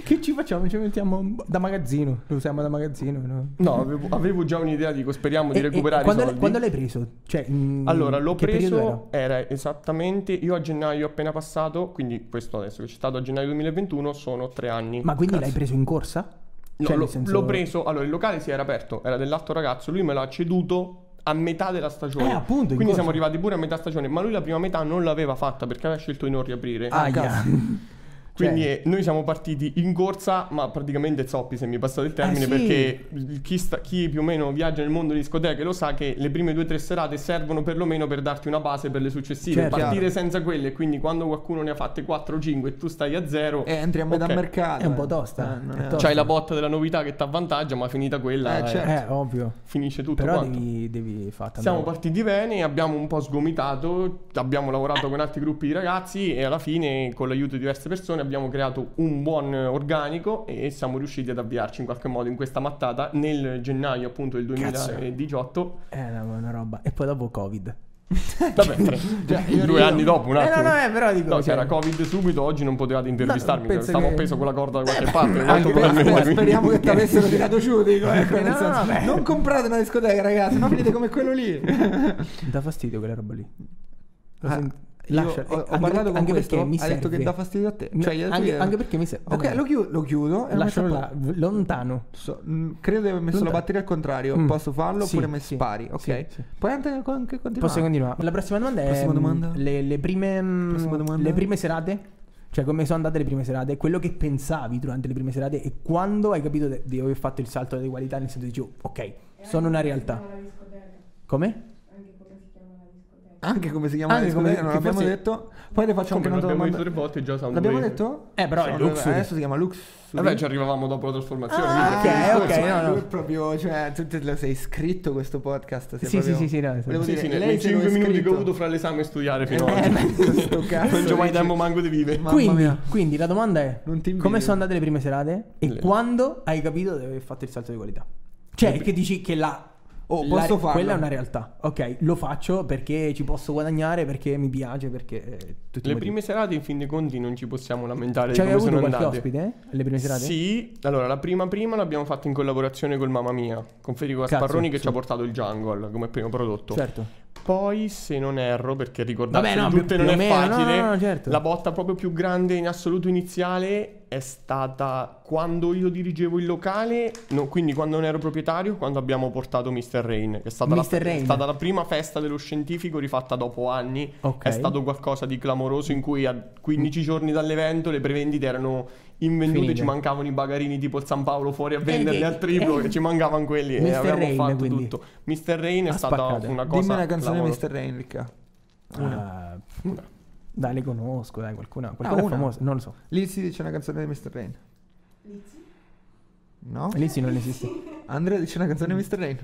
Speaker 2: Che ci facciamo? Ci mettiamo da magazzino. Lo usiamo da magazzino. no?
Speaker 1: No, avevo, avevo già un'idea, dico speriamo di
Speaker 2: E- e
Speaker 1: recuperare i
Speaker 2: quando, l'hai-
Speaker 1: soldi.
Speaker 2: quando l'hai preso? Cioè, in-
Speaker 1: Allora, l'ho
Speaker 2: che periodo
Speaker 1: preso, era? esattamente, io a gennaio appena passato, quindi questo adesso che c'è stato a gennaio 2021, sono tre anni.
Speaker 2: era? Ma quindi l'hai preso in corsa?
Speaker 1: No,
Speaker 2: Cioè,
Speaker 1: lo-
Speaker 2: nel senso-
Speaker 1: l'ho preso, allora il locale si era aperto, era dell'altro ragazzo, lui me l'ha ceduto a metà della stagione.
Speaker 2: Eh, appunto, in
Speaker 1: Quindi
Speaker 2: corso.
Speaker 1: siamo arrivati pure a metà stagione, ma lui la prima metà non l'aveva fatta perché aveva scelto di non riaprire.
Speaker 2: Ah,
Speaker 3: cazzo.
Speaker 1: Quindi eh, noi siamo partiti in corsa, ma praticamente zoppi se mi passate il termine,
Speaker 2: Eh, sì.
Speaker 1: perché chi, sta- chi più o meno viaggia nel mondo di discoteche lo sa che le prime due o tre serate servono perlomeno per darti una base per le successive.
Speaker 2: Certo.
Speaker 1: Partire senza quelle, quindi quando qualcuno ne ha fatte 4 o 5 e tu stai a zero,
Speaker 3: E
Speaker 2: Eh,
Speaker 3: entri a metà
Speaker 1: Ok.
Speaker 3: Eh, mercato.
Speaker 2: È un po'
Speaker 3: eh.
Speaker 2: tosta.
Speaker 3: Eh, non
Speaker 2: È
Speaker 3: è-
Speaker 2: tosta.
Speaker 1: c'hai la botta della novità che ti avvantaggia, ma finita quella
Speaker 3: Eh,
Speaker 1: eh,
Speaker 3: certo.
Speaker 2: esatto. Eh, ovvio.
Speaker 1: finisce tutto
Speaker 2: Però
Speaker 1: quanto.
Speaker 2: devi, devi fartela.
Speaker 1: Siamo partiti bene, abbiamo un po' sgomitato, abbiamo lavorato con altri gruppi di ragazzi e alla fine con l'aiuto di diverse persone abbiamo creato un buon eh, organico e siamo riusciti ad avviarci in qualche modo in questa mattata nel gennaio appunto del
Speaker 2: Cazzo.
Speaker 1: 2018.
Speaker 2: Eh, no, ma è una roba. E poi dopo Covid.
Speaker 1: Vabbè, tre-
Speaker 3: io
Speaker 1: due
Speaker 3: rido.
Speaker 1: anni dopo un
Speaker 2: Cioè, Eh,
Speaker 1: attimo.
Speaker 2: no, no, eh, però dico,
Speaker 1: No,
Speaker 2: cioè-
Speaker 1: c'era Covid subito, oggi non potevate intervistarmi,
Speaker 2: No, penso
Speaker 1: stavo
Speaker 2: che-
Speaker 1: appeso con la corda da qualche parte. molto
Speaker 3: Anche per-
Speaker 1: probabilmente,
Speaker 3: sper-
Speaker 1: quindi-
Speaker 3: speriamo che ti avessero tirato giù, dico, ecco,
Speaker 2: No,
Speaker 3: nel
Speaker 2: no,
Speaker 3: senso,
Speaker 2: no, beh.
Speaker 3: non comprate una discoteca, ragazzi, non finite come quello lì.
Speaker 2: Ah, Dà fastidio quella roba lì. Lo
Speaker 3: Ah,
Speaker 2: sent-
Speaker 3: Io
Speaker 2: lascia-
Speaker 3: ho, ho
Speaker 2: anche-
Speaker 3: parlato con
Speaker 2: anche
Speaker 3: questo,
Speaker 2: perché mi
Speaker 3: ha detto
Speaker 2: serve.
Speaker 3: che dà fastidio a te.
Speaker 2: No,
Speaker 3: Cioè, gli altri-
Speaker 2: anche, anche perché mi serve.
Speaker 3: Ok, lo chiudo, lo chiudo e lo metto a
Speaker 2: Lascialo
Speaker 3: posto.
Speaker 2: là, v- lontano.
Speaker 3: So- mh, credo di aver messo la
Speaker 2: Lontano.
Speaker 3: batteria al contrario.
Speaker 2: Mm.
Speaker 3: Posso farlo
Speaker 2: Sì,
Speaker 3: oppure mi
Speaker 2: sì,
Speaker 3: spari? Ok.
Speaker 2: sì, sì.
Speaker 3: Puoi anche, anche continuare.
Speaker 2: Posso continuare? La prossima domanda è
Speaker 3: Prossima
Speaker 2: mm,
Speaker 3: domanda?
Speaker 2: Le, le prime, mm,
Speaker 3: Prossima domanda?
Speaker 2: le prime serate. Cioè, come sono andate le prime serate? Quello che pensavi durante le prime serate e quando hai capito de- di aver fatto il salto di qualità, nel senso di dici, "Oh, ok, sono una realtà. Come?
Speaker 3: Anche come si chiama
Speaker 2: Anche
Speaker 3: la discoteca,
Speaker 2: come-
Speaker 3: non
Speaker 2: che
Speaker 3: l'abbiamo
Speaker 2: forse-
Speaker 3: detto. Poi le faccio
Speaker 1: Come
Speaker 3: anche
Speaker 1: non
Speaker 3: una
Speaker 1: abbiamo
Speaker 3: domanda.
Speaker 1: detto tre volte già sono
Speaker 3: L'abbiamo
Speaker 1: due-
Speaker 3: detto?
Speaker 2: Eh, però è
Speaker 3: Sono-
Speaker 2: Luxury.
Speaker 3: Adesso si chiama Lux.
Speaker 1: Vabbè, ci arrivavamo dopo la trasformazione.
Speaker 2: Ah,
Speaker 1: quindi-
Speaker 2: ok, ok, no, no.
Speaker 3: Lui proprio, cioè, tu te lo sei iscritto questo podcast. sei
Speaker 2: Sì,
Speaker 3: proprio-
Speaker 2: sì, sì, sì, no, esatto. sì.
Speaker 3: Volevo
Speaker 1: Sì,
Speaker 3: dire,
Speaker 1: sì,
Speaker 3: lei
Speaker 1: nei
Speaker 3: se lo è
Speaker 1: 5 minuti che ho
Speaker 3: iscritto.
Speaker 1: avuto fra l'esame e studiare fino ad
Speaker 3: Eh,
Speaker 1: oggi.
Speaker 3: ma sto cazzo.
Speaker 1: Non c'ho mai
Speaker 3: dici-
Speaker 1: tempo manco di vivere.
Speaker 3: Mamma
Speaker 2: Quindi,
Speaker 3: mia.
Speaker 2: quindi la domanda è:
Speaker 3: Non ti invidio.
Speaker 2: come sono andate le prime serate e
Speaker 1: Le-
Speaker 2: quando hai capito di aver fatto il salto di qualità? Cioè, che dici che la.
Speaker 3: Oh,
Speaker 2: la-
Speaker 3: posso farlo?
Speaker 2: Quella è una realtà. Ok, lo faccio perché ci posso guadagnare, perché mi piace, perché. eh, tutti i
Speaker 1: Le
Speaker 2: motivi.
Speaker 1: prime serate, in fin dei conti, non ci possiamo lamentare
Speaker 2: Cioè,
Speaker 1: di
Speaker 2: hai
Speaker 1: come
Speaker 2: avuto
Speaker 1: sono
Speaker 2: qualche
Speaker 1: andate.
Speaker 2: ospite? eh, alle prime serate?
Speaker 1: Sì, allora la prima prima l'abbiamo fatta in collaborazione col Mamma Mia, con Federico
Speaker 2: Cazzo,
Speaker 1: Gasparroni che
Speaker 2: sì.
Speaker 1: ci ha portato il Jungle come primo prodotto.
Speaker 2: Certo.
Speaker 1: Poi, se non erro, perché ricordarsi
Speaker 2: Vabbè, no,
Speaker 1: di tutte
Speaker 2: più-
Speaker 1: non è
Speaker 2: più o meno, no,
Speaker 1: facile,
Speaker 2: no, no, certo.
Speaker 1: la botta proprio più grande in assoluto iniziale è stata quando io dirigevo il locale, no, quindi quando non ero proprietario, quando abbiamo portato Mr. Rain, che è stata, la,
Speaker 2: Mr. Rain.
Speaker 1: è stata la prima festa dello scientifico rifatta dopo anni.
Speaker 2: Ok.
Speaker 1: È stato qualcosa di clamoroso in cui a 15 giorni dall'evento le prevendite erano invendute,
Speaker 2: Finite.
Speaker 1: ci mancavano i bagarini tipo il San Paolo fuori a venderle
Speaker 2: che-
Speaker 1: al triplo,
Speaker 2: eh.
Speaker 1: che ci mancavano quelli
Speaker 2: Mr.
Speaker 1: e avevamo
Speaker 2: Rain,
Speaker 1: fatto
Speaker 2: quindi.
Speaker 1: tutto. Mr. Rain è
Speaker 2: Ha
Speaker 1: stata
Speaker 2: spaccato.
Speaker 1: una cosa
Speaker 3: Dimmi una canzone di
Speaker 1: clamorosa.
Speaker 3: Mr. Rain, Ricca.
Speaker 2: Ah, Dai, le conosco, dai, qualcuna.
Speaker 3: Ah,
Speaker 2: Qualcuna è
Speaker 3: una?
Speaker 2: famosa, non lo so.
Speaker 3: Lì si dice una canzone di Mr. Rain. No?
Speaker 2: Lì sì, non esiste.
Speaker 1: Eh,
Speaker 3: Andrea dice una canzone di Mr. Rain.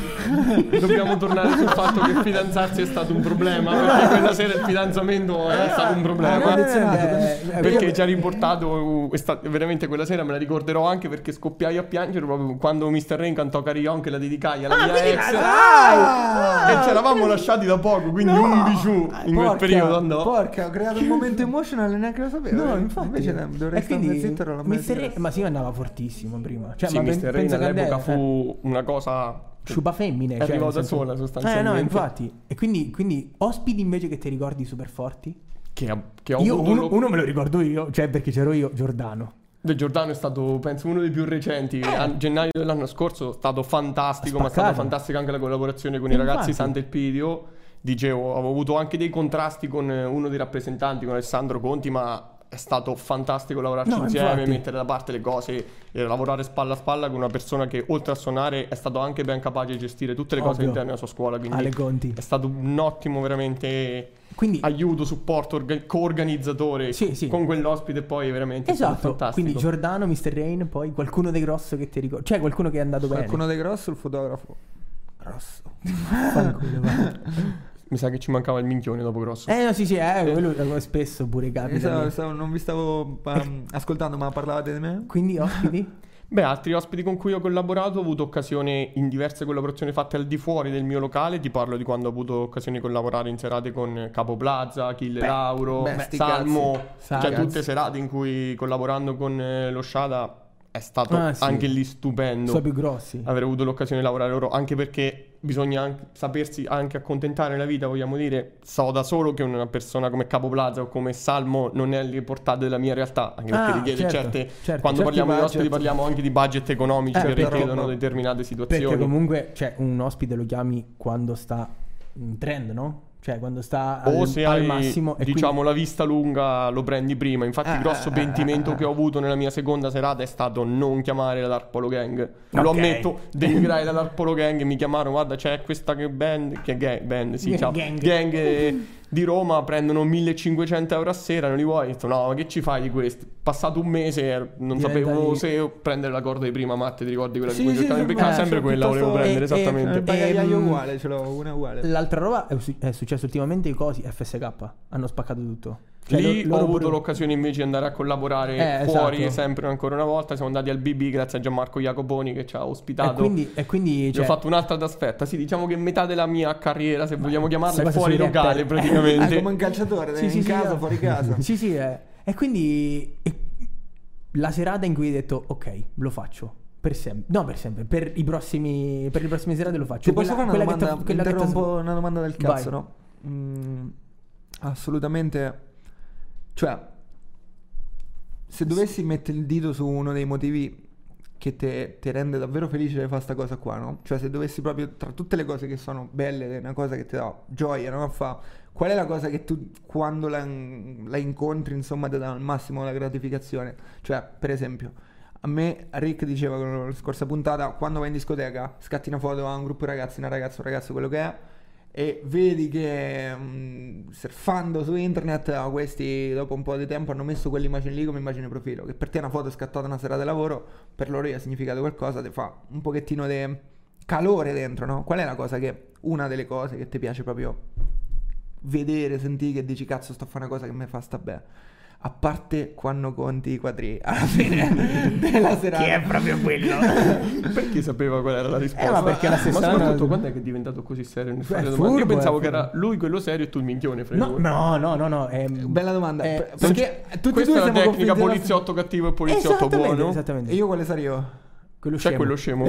Speaker 1: Dobbiamo tornare sul fatto che fidanzarsi è stato un problema. Perché quella sera il fidanzamento è stato un
Speaker 3: Ah,
Speaker 1: problema.
Speaker 3: no, no, no,
Speaker 2: eh,
Speaker 1: Perché ci ha riportato, è sta- veramente quella sera me la ricorderò anche perché scoppiai a piangere proprio quando Mr. Rain cantò Carillon che la dedicai
Speaker 3: Ah,
Speaker 1: alla mia
Speaker 2: Ah,
Speaker 1: ex. e ci eravamo lasciati da poco, quindi un biciù in quel periodo andò.
Speaker 3: Ah, Porca, ho creato un momento emotional e neanche lo sapevo. Eh,
Speaker 2: No, infatti.
Speaker 3: Invece ne- dovrei
Speaker 2: e quindi
Speaker 3: stare zitto e non la
Speaker 2: Mr. Rain- ma sì, andava fortissimo prima. Cioè,
Speaker 1: sì,
Speaker 2: ma
Speaker 1: Mr. Rain
Speaker 2: penso che
Speaker 3: eh.
Speaker 1: all'epoca
Speaker 2: adesso-
Speaker 1: fu una cosa
Speaker 2: sciupa femmine.
Speaker 1: È
Speaker 2: cioè,
Speaker 1: arrivato
Speaker 2: nel
Speaker 1: da
Speaker 2: senso-
Speaker 1: sola
Speaker 2: Eh
Speaker 1: sostanzialmente.
Speaker 2: no, infatti. E quindi, quindi ospiti invece che ti ricordi super forti?
Speaker 1: Che, ha- che ho
Speaker 2: Io
Speaker 1: avuto
Speaker 2: uno,
Speaker 1: l'op-
Speaker 2: uno me lo ricordo io, cioè perché c'ero io, Giordano.
Speaker 1: Del Giordano è stato, penso, uno dei più recenti.
Speaker 2: Eh.
Speaker 1: A gennaio dell'anno scorso è stato fantastico, ma è stata
Speaker 2: Spaccato.
Speaker 1: fantastica anche la collaborazione con i
Speaker 2: Infatti.
Speaker 1: ragazzi di Sant'Elpidio. Dicevo, avevo avuto anche dei contrasti con eh, uno dei rappresentanti, con Alessandro Conti, ma è stato fantastico lavorarci
Speaker 2: No,
Speaker 1: insieme,
Speaker 2: infatti.
Speaker 1: mettere da parte le cose e lavorare spalla a spalla con una persona che, oltre a suonare, è stato anche ben capace di gestire tutte le cose
Speaker 2: Ovvio.
Speaker 1: interne alla sua scuola. Quindi
Speaker 2: Ale Conti.
Speaker 1: è stato un ottimo, veramente
Speaker 2: Quindi
Speaker 1: aiuto, supporto, orga- co-organizzatore
Speaker 2: Sì, sì.
Speaker 1: con quell'ospite poi veramente è stato
Speaker 2: Esatto,
Speaker 1: fantastico.
Speaker 2: quindi Giordano, Mr. Rain, poi qualcuno dei grosso che ti ricordi, cioè qualcuno che è andato bene.
Speaker 3: Qualcuno dei grosso, il fotografo. Grosso.
Speaker 2: Fanculo, va.
Speaker 1: Mi sa che ci mancava il minchione dopo grosso.
Speaker 2: eh no, sì, sì, eh, quello come spesso pure
Speaker 3: Io
Speaker 2: capita.
Speaker 3: stavo-
Speaker 2: lì.
Speaker 3: stavo- non vi stavo ehm, ascoltando, ma parlavate di me?
Speaker 2: Quindi ospiti?
Speaker 1: Beh, altri ospiti con cui ho collaborato, ho avuto occasione in diverse collaborazioni fatte al di fuori del mio locale. Ti parlo di quando ho avuto occasione di collaborare in serate con Capo Plaza, Achille
Speaker 3: Beh,
Speaker 1: Lauro,
Speaker 3: beh, sti
Speaker 1: Salmo.
Speaker 3: cazzi.
Speaker 2: Sa-
Speaker 1: cioè,
Speaker 2: cazzi.
Speaker 1: tutte serate in cui collaborando con eh, lo Shada è stato
Speaker 2: Ah, sì.
Speaker 1: anche lì stupendo.
Speaker 2: Sono più grossi.
Speaker 1: aver avuto l'occasione di lavorare loro, anche perché bisogna anche sapersi anche accontentare la vita, vogliamo dire, so da solo che una persona come Capo Plaza o come Salmo non è alle portate della mia realtà, anche perché
Speaker 2: Ah,
Speaker 1: richiede
Speaker 2: certo,
Speaker 1: certe...
Speaker 2: certo,
Speaker 1: quando
Speaker 2: certi
Speaker 1: parliamo di
Speaker 2: budget.
Speaker 1: ospiti parliamo anche di budget economici
Speaker 2: Eh,
Speaker 1: che
Speaker 2: però-
Speaker 1: richiedono determinate situazioni.
Speaker 2: Perché comunque, cioè, un ospite lo chiami quando sta in trend, no? Cioè, quando sta al,
Speaker 1: o se
Speaker 2: al
Speaker 1: hai
Speaker 2: massimo. e
Speaker 1: diciamo la vista lunga lo prendi prima infatti il grosso pentimento che ho avuto nella mia seconda serata è stato non chiamare la Dark Polo Gang lo
Speaker 2: Ok.
Speaker 1: ammetto denigrai la Dark Polo Gang mi chiamarono guarda c'è questa che band che gang, band sì
Speaker 2: Gang,
Speaker 1: ciao
Speaker 2: gang.
Speaker 1: gang, eh, di Roma prendono 1500 euro a sera non li vuoi ho detto no ma che ci fai di questi passato un mese eh, non
Speaker 2: Diventa
Speaker 1: sapevo
Speaker 2: lì.
Speaker 1: se prendere la corda di prima Matte ti ricordi quella
Speaker 3: Sì,
Speaker 1: di cui
Speaker 3: sì,
Speaker 1: cercavo di
Speaker 3: sì,
Speaker 1: beccare
Speaker 3: eh,
Speaker 1: sempre
Speaker 2: certo,
Speaker 3: sì,
Speaker 1: quella volevo
Speaker 3: piuttosto-
Speaker 1: prendere
Speaker 2: e- e-
Speaker 1: esattamente
Speaker 3: Il bagagliaio
Speaker 2: Ehm,
Speaker 3: Eh, uguale, ce l'ho una uguale.
Speaker 2: quindi- L'altra roba è, su- è successo ultimamente i cosi, FSK, hanno spaccato tutto. Cioè,
Speaker 1: Lì
Speaker 2: lo-
Speaker 1: ho
Speaker 2: loro
Speaker 1: avuto
Speaker 2: pure-
Speaker 1: l'occasione invece di andare a collaborare
Speaker 2: Eh,
Speaker 1: fuori
Speaker 2: esatto.
Speaker 1: sempre ancora una volta. Siamo andati al BB grazie a Gianmarco Jacoboni che ci ha
Speaker 2: E
Speaker 1: ospitato.
Speaker 2: quindi, e quindi
Speaker 1: Gli
Speaker 2: cioè,
Speaker 1: ho fatto un'altra trasferta. Sì, diciamo che metà della mia carriera, se vogliamo chiamarla, è
Speaker 2: quasi
Speaker 1: fuori
Speaker 2: sui rapper.
Speaker 1: locale
Speaker 3: Ah,
Speaker 1: praticamente.
Speaker 3: come un calciatore, in casa,
Speaker 2: eh.
Speaker 3: fuori casa.
Speaker 2: sì, sì, eh. e quindi e- la serata in cui hai detto ok, lo faccio per sempre, no per sempre, per, i prossimi, per le prossime serate lo faccio.
Speaker 3: Ti posso fare una
Speaker 2: che
Speaker 3: domanda?
Speaker 2: t'ha- Cioè, quella che t'ha-
Speaker 3: interrompo una domanda del
Speaker 2: Vai.
Speaker 3: cazzo, no? Mm, assolutamente. Cioè, se dovessi mettere il dito su uno dei motivi che te- ti rende davvero felice di fare sta cosa qua, no? Cioè, se dovessi proprio tra tutte le cose che sono belle, è una cosa che ti dà gioia, no? Fa, qual è la cosa che tu quando la, la incontri, insomma, ti dà al massimo la gratificazione? Cioè, per esempio, a me Rick diceva con la scorsa puntata, quando vai in discoteca, scatti una foto a un gruppo di ragazzi, una ragazza, un ragazzo, quello che è, e vedi che mh, surfando su internet ah, questi dopo un po' di tempo hanno messo quell'immagine lì come immagine profilo, che per te è una foto scattata una sera di lavoro, per loro ha significato qualcosa, ti fa un pochettino di calore dentro, no? Qual è la cosa che, una delle cose che ti piace proprio vedere, sentire che dici cazzo sto a fare una cosa che mi fa sta bene. A parte quando conti i quadri alla fine della serata. Che è proprio quello.
Speaker 1: Perché sapeva qual era la risposta?
Speaker 2: Eh, ma perché la
Speaker 1: ma
Speaker 2: stessa
Speaker 1: soprattutto
Speaker 2: cosa-
Speaker 1: quando è che è diventato così serio nel
Speaker 2: Beh,
Speaker 1: fare le domande? Io
Speaker 2: furbo,
Speaker 1: pensavo
Speaker 2: eh,
Speaker 1: che era
Speaker 2: furbo.
Speaker 1: lui quello serio e tu il minchione, Fredo.
Speaker 2: No, no, no, no, no, è-
Speaker 3: Bella domanda.
Speaker 2: Eh,
Speaker 3: Per-
Speaker 1: Non
Speaker 3: perché
Speaker 1: c'è-
Speaker 3: tutti e
Speaker 1: Questa
Speaker 3: due
Speaker 1: è la tecnica
Speaker 3: siamo convinti della-
Speaker 1: poliziotto cattivo e poliziotto
Speaker 2: Esattamente,
Speaker 1: buono.
Speaker 2: Esattamente.
Speaker 3: E io quale sarei io?
Speaker 2: quello
Speaker 1: C'è
Speaker 2: scemo.
Speaker 1: quello scemo.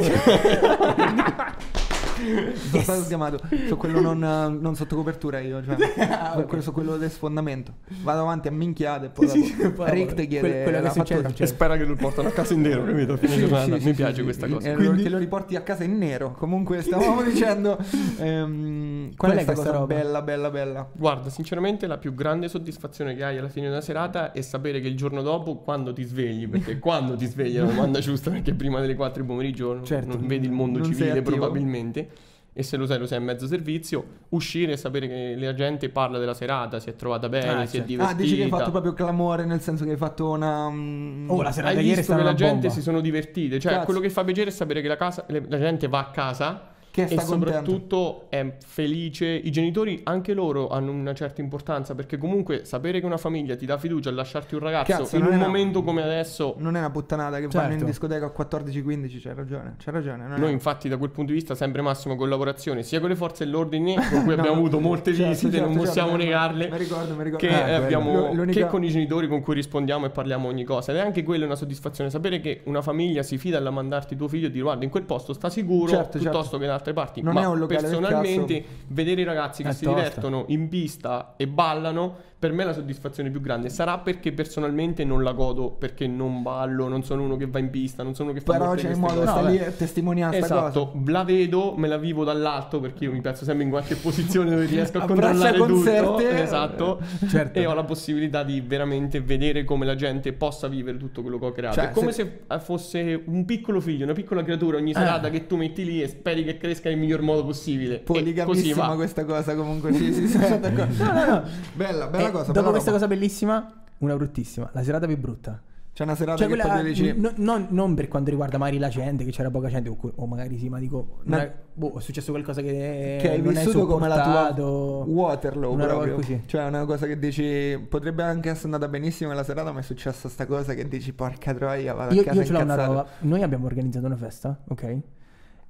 Speaker 3: Sono stato sgamato. Sono quello non, eh, non sotto copertura io. Cioè,
Speaker 2: Ah,
Speaker 3: quello, sono quello del sfondamento. Vado avanti a minchiate e poi
Speaker 2: Sì,
Speaker 3: dopo,
Speaker 2: sì, poi dopo.
Speaker 3: Rick ti chiede
Speaker 2: Quello- quello che
Speaker 3: la
Speaker 2: è successo,
Speaker 3: fattura.
Speaker 1: e spera che lo portano a casa in nero, capito? A fine giornata. Mi piace questa cosa.
Speaker 3: E
Speaker 2: Quindi-
Speaker 3: Eh, Che lo riporti a casa in nero. Comunque stavamo dicendo... ehm, qual
Speaker 2: Qual
Speaker 3: è
Speaker 2: è
Speaker 3: sta
Speaker 2: questa
Speaker 3: cosa
Speaker 2: roba?
Speaker 3: bella, bella, bella?
Speaker 1: Guarda, sinceramente la più grande soddisfazione che hai alla fine della serata è sapere che il giorno dopo, quando ti svegli, perché quando ti svegli è la domanda giusta, perché prima delle 4 di pomeriggio non-
Speaker 2: Certo.
Speaker 1: non vedi il mondo
Speaker 3: Non sei
Speaker 1: civile
Speaker 3: attivo.
Speaker 1: probabilmente, e se lo sai lo sai a mezzo servizio, uscire e sapere che la gente parla della serata, si è trovata bene,
Speaker 2: Ah,
Speaker 1: si è
Speaker 2: certo.
Speaker 1: divertita.
Speaker 3: Ah, dici che hai fatto proprio clamore nel senso che hai fatto una... mm,
Speaker 2: Oh, la serata
Speaker 1: Hai
Speaker 2: ieri è
Speaker 1: visto
Speaker 2: stata
Speaker 1: che la
Speaker 2: una
Speaker 1: gente
Speaker 2: bomba.
Speaker 1: si sono divertite, cioè
Speaker 3: Cazzo.
Speaker 1: quello che fa piacere è sapere che la, casa- le- la gente va a casa
Speaker 3: Che
Speaker 1: e
Speaker 3: sta contenta.
Speaker 1: soprattutto è felice. I genitori, anche loro, hanno una certa importanza perché comunque sapere che una famiglia ti dà fiducia e lasciarti un ragazzo
Speaker 3: Cazzo,
Speaker 1: in
Speaker 3: non
Speaker 1: un
Speaker 3: era-
Speaker 1: momento come adesso.
Speaker 3: Non è una puttanata che fanno in
Speaker 2: Certo.
Speaker 3: discoteca a 14-15, c'hai ragione, c'hai ragione. non è-
Speaker 1: Noi infatti da quel punto di vista sempre massima collaborazione sia con le forze dell'ordine con cui abbiamo avuto molte
Speaker 3: certo,
Speaker 1: visite,
Speaker 3: certo,
Speaker 1: non possiamo
Speaker 3: certo, mi-
Speaker 1: negarle.
Speaker 3: mi ricordo, mi ricordo.
Speaker 1: Che,
Speaker 3: Ah,
Speaker 1: eh,
Speaker 3: quello.
Speaker 1: abbiamo,
Speaker 3: L- l'unica-
Speaker 1: che con i genitori con cui rispondiamo e parliamo ogni cosa. Ed è anche quella una soddisfazione. Sapere che una famiglia si fida alla mandarti tuo figlio e dire guarda in quel posto sta sicuro
Speaker 3: Certo,
Speaker 1: piuttosto che da altre parti.
Speaker 3: Non
Speaker 1: ma
Speaker 3: è un locale del
Speaker 1: personalmente vedere i ragazzi che
Speaker 2: È
Speaker 1: si
Speaker 2: tosta.
Speaker 1: divertono in pista e ballano, per me è la soddisfazione più grande. Sarà perché personalmente non la godo, perché non ballo, non sono uno che va in pista, non sono uno che fa
Speaker 3: Però
Speaker 1: molte
Speaker 3: c'è il
Speaker 1: queste
Speaker 3: modo di
Speaker 1: cose.
Speaker 2: No,
Speaker 3: stare lì
Speaker 2: beh.
Speaker 3: e testimoniare sta
Speaker 1: Esatto, la vedo, me la vivo dall'alto perché io mi piazzo sempre in qualche posizione dove riesco a
Speaker 3: Abbraccia
Speaker 1: controllare tutto.
Speaker 3: concerte.
Speaker 1: Esatto.
Speaker 2: Certo.
Speaker 1: E ho la possibilità di veramente vedere come la gente possa vivere tutto quello che ho creato.
Speaker 3: Cioè,
Speaker 1: È come
Speaker 3: se-
Speaker 1: se... fosse un piccolo figlio, una piccola creatura ogni serata
Speaker 2: Eh.
Speaker 1: che tu metti lì e speri che cresca nel miglior modo possibile. E così
Speaker 3: Poligamissima
Speaker 1: va.
Speaker 3: questa cosa comunque sì, sì, sono d'accordo.
Speaker 2: No, no, no.
Speaker 3: Bella, bella cosa.
Speaker 2: E Eh, Dopo
Speaker 3: bella
Speaker 2: questa
Speaker 3: roba.
Speaker 2: cosa bellissima, una bruttissima. La serata più brutta.
Speaker 3: C'è una serata
Speaker 2: Cioè
Speaker 3: che
Speaker 2: quella,
Speaker 3: proprio dici
Speaker 2: n- non, non per quanto riguarda magari la gente, che c'era poca gente, o, que- o magari sì, ma dico,
Speaker 3: Ma-
Speaker 2: non è- boh, è successo qualcosa che,
Speaker 3: che hai
Speaker 2: non hai
Speaker 3: vissuto come la tua
Speaker 2: sopportato.
Speaker 3: Waterloo
Speaker 2: una roba
Speaker 3: proprio.
Speaker 2: così.
Speaker 3: Cioè una cosa che dici potrebbe anche essere andata benissimo la serata, ma è successa sta cosa che dici porca troia, vado
Speaker 2: Io,
Speaker 3: a casa
Speaker 2: io ce l'ho una
Speaker 3: incazzato".
Speaker 2: roba. Noi abbiamo organizzato una festa, ok?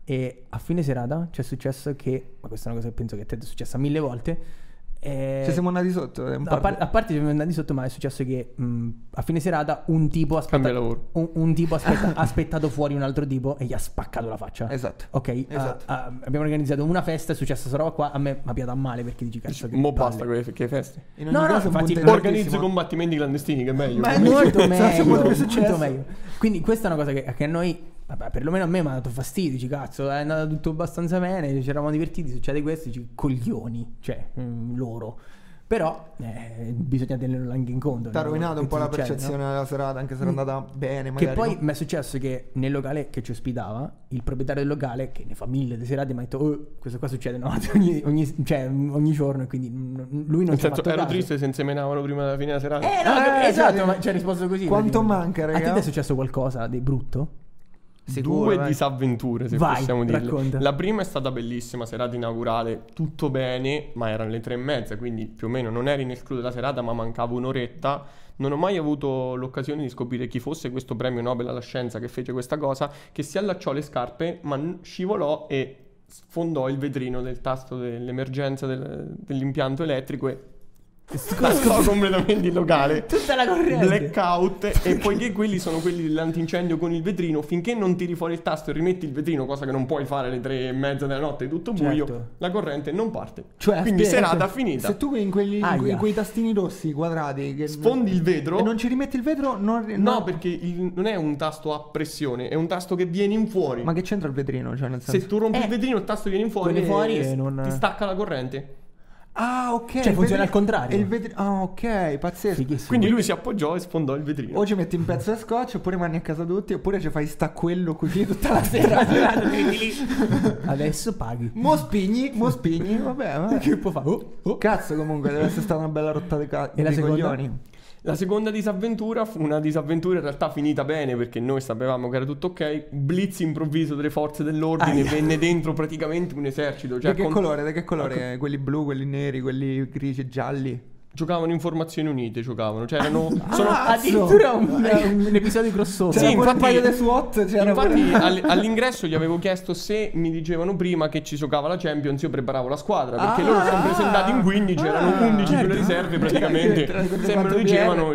Speaker 2: E a fine serata ci è successo che, ma questa è una cosa che penso che a te è successa mille volte. eh, ah,
Speaker 3: Ci Cioè, siamo andati sotto, è un
Speaker 2: a,
Speaker 3: po'
Speaker 2: par- a parte ci siamo andati sotto, ma è successo che mh, a fine serata un tipo, aspetta-
Speaker 1: Cambia lavoro.
Speaker 2: un, un tipo aspetta- ha aspettato fuori un altro tipo e gli ha spaccato la faccia.
Speaker 3: Esatto.
Speaker 2: Ok,
Speaker 3: Esatto.
Speaker 2: ah, ah, abbiamo organizzato una festa, è successa questa roba qua, a me mi ha piato a male perché dici cazzo che
Speaker 1: Mo
Speaker 2: palle.
Speaker 1: basta con le che feste.
Speaker 3: In
Speaker 2: No, no,
Speaker 3: caso è un
Speaker 2: infatti-
Speaker 3: punteggio
Speaker 1: Organizzo
Speaker 3: altissimo.
Speaker 1: combattimenti clandestini, che è meglio.
Speaker 3: Ma
Speaker 2: È
Speaker 3: Eh,
Speaker 2: molto
Speaker 3: sì, sì,
Speaker 2: meglio,
Speaker 3: potrebbe
Speaker 2: molto
Speaker 3: successo.
Speaker 2: meglio. Quindi questa è una cosa che, che a noi, vabbè, perlomeno a me mi ha dato fastidio, dici, cazzo, è andato tutto abbastanza bene, ci eravamo divertiti, succede questo, dici, coglioni, cioè, mm, loro. Però eh, bisogna tenerlo anche in conto.
Speaker 3: Ti ha
Speaker 2: no?
Speaker 3: rovinato
Speaker 2: Che
Speaker 3: un po'
Speaker 2: ti
Speaker 3: la
Speaker 2: succede, no?
Speaker 3: percezione della serata, anche se era andata bene
Speaker 2: Che
Speaker 3: magari.
Speaker 2: poi
Speaker 3: no?
Speaker 2: mi è successo che nel locale che ci ospitava, il proprietario del locale, che ne fa mille di serate, mi ha detto, "Oh, questo qua succede no? ogni, ogni- cioè, ogni giorno, e quindi mm, lui non
Speaker 1: Nel
Speaker 2: ci ha
Speaker 1: senso,
Speaker 2: fatto
Speaker 1: ero
Speaker 2: caso.
Speaker 1: triste se inseminavano prima della fine della serata.
Speaker 2: Eh, no,
Speaker 3: Eh,
Speaker 2: esatto,
Speaker 3: cioè,
Speaker 2: ma ci ha risposto così.
Speaker 3: quanto
Speaker 2: praticamente.
Speaker 3: manca,
Speaker 2: A te
Speaker 3: raga?
Speaker 2: ti è successo qualcosa di brutto?
Speaker 1: due
Speaker 3: vai.
Speaker 1: disavventure, se
Speaker 2: Vai,
Speaker 1: possiamo dirle.
Speaker 2: racconta.
Speaker 1: La prima è stata bellissima, serata inaugurale, tutto bene, ma erano le tre e mezza, quindi più o meno non ero in escluso della serata, ma mancava un'oretta. Non ho mai avuto l'occasione di scoprire chi fosse questo premio Nobel alla scienza che fece questa cosa, che si allacciò le scarpe, ma n- scivolò e sfondò il vetrino del tasto dell'emergenza del- dell'impianto elettrico e cascò completamente il locale.
Speaker 2: Tutta la corrente.
Speaker 1: Blackout e poiché quelli sono quelli dell'antincendio con il vetrino, finché non tiri fuori il tasto e rimetti il vetrino, cosa che non puoi fare alle tre e mezza della notte, tutto buio,
Speaker 2: Certo.
Speaker 1: la corrente non parte.
Speaker 3: Cioè,
Speaker 1: Quindi
Speaker 3: aspetta,
Speaker 1: serata
Speaker 3: se-
Speaker 1: finita.
Speaker 3: Se tu in, quelli, in quei-
Speaker 2: Aia.
Speaker 3: quei tastini rossi quadrati che
Speaker 1: Sfondi il vetro.
Speaker 3: e non ci rimetti il vetro, non,
Speaker 1: No, perché il- non è un tasto a pressione, è un tasto che viene in fuori.
Speaker 3: Ma che c'entra il vetrino? Cioè, nel senso...
Speaker 1: se tu rompi
Speaker 2: Eh.
Speaker 1: il vetrino, il tasto viene in fuori,
Speaker 2: Viene fuori e
Speaker 1: s-
Speaker 2: non-
Speaker 1: ti stacca la corrente.
Speaker 3: Ah, ok.
Speaker 2: Cioè,
Speaker 3: il
Speaker 2: funziona
Speaker 3: vetri-
Speaker 2: al contrario.
Speaker 3: e il vetri- Ah, ok, pazzesco.
Speaker 2: Fighissimo.
Speaker 1: Quindi lui si appoggiò e sfondò il vetrino.
Speaker 3: O ci metti un pezzo di scotch, oppure mandi a casa tutti, oppure ci fai sta quello così tutta la sera.
Speaker 2: Adesso paghi.
Speaker 3: mo spigni, mo spigni, vabbè, vabbè.
Speaker 2: Che può fare? Oh, oh.
Speaker 3: Cazzo comunque, deve essere stata una bella rotta di, ca-
Speaker 2: E la
Speaker 3: di
Speaker 2: seconda?
Speaker 3: coglioni.
Speaker 1: La seconda disavventura fu una disavventura in realtà finita bene perché noi sapevamo che era tutto ok. Blitz improvviso delle forze dell'ordine,
Speaker 2: Aia.
Speaker 1: venne dentro praticamente un esercito. Cioè
Speaker 3: di che
Speaker 1: con-
Speaker 3: colore? Di che colore? Quelli blu, quelli neri, quelli grigi, gialli.
Speaker 1: Giocavano in formazioni unite, giocavano. Cioè erano... sono...
Speaker 3: Ah,
Speaker 2: Addirittura un, un episodio crossover.
Speaker 3: C'era
Speaker 1: Sì,
Speaker 3: pure un
Speaker 1: infatti-
Speaker 3: paio di SWAT, c'era
Speaker 1: Infatti
Speaker 3: pure...
Speaker 1: all- all'ingresso gli avevo chiesto se mi dicevano prima che ci giocava la Champions, io preparavo la squadra perché
Speaker 3: Ah,
Speaker 1: loro sono presentati in 15,
Speaker 3: ah,
Speaker 1: erano 11 per le
Speaker 3: certo.
Speaker 1: riserve praticamente.
Speaker 3: Tra- tra- tra-
Speaker 1: Se me lo
Speaker 3: quattro
Speaker 1: dicevano,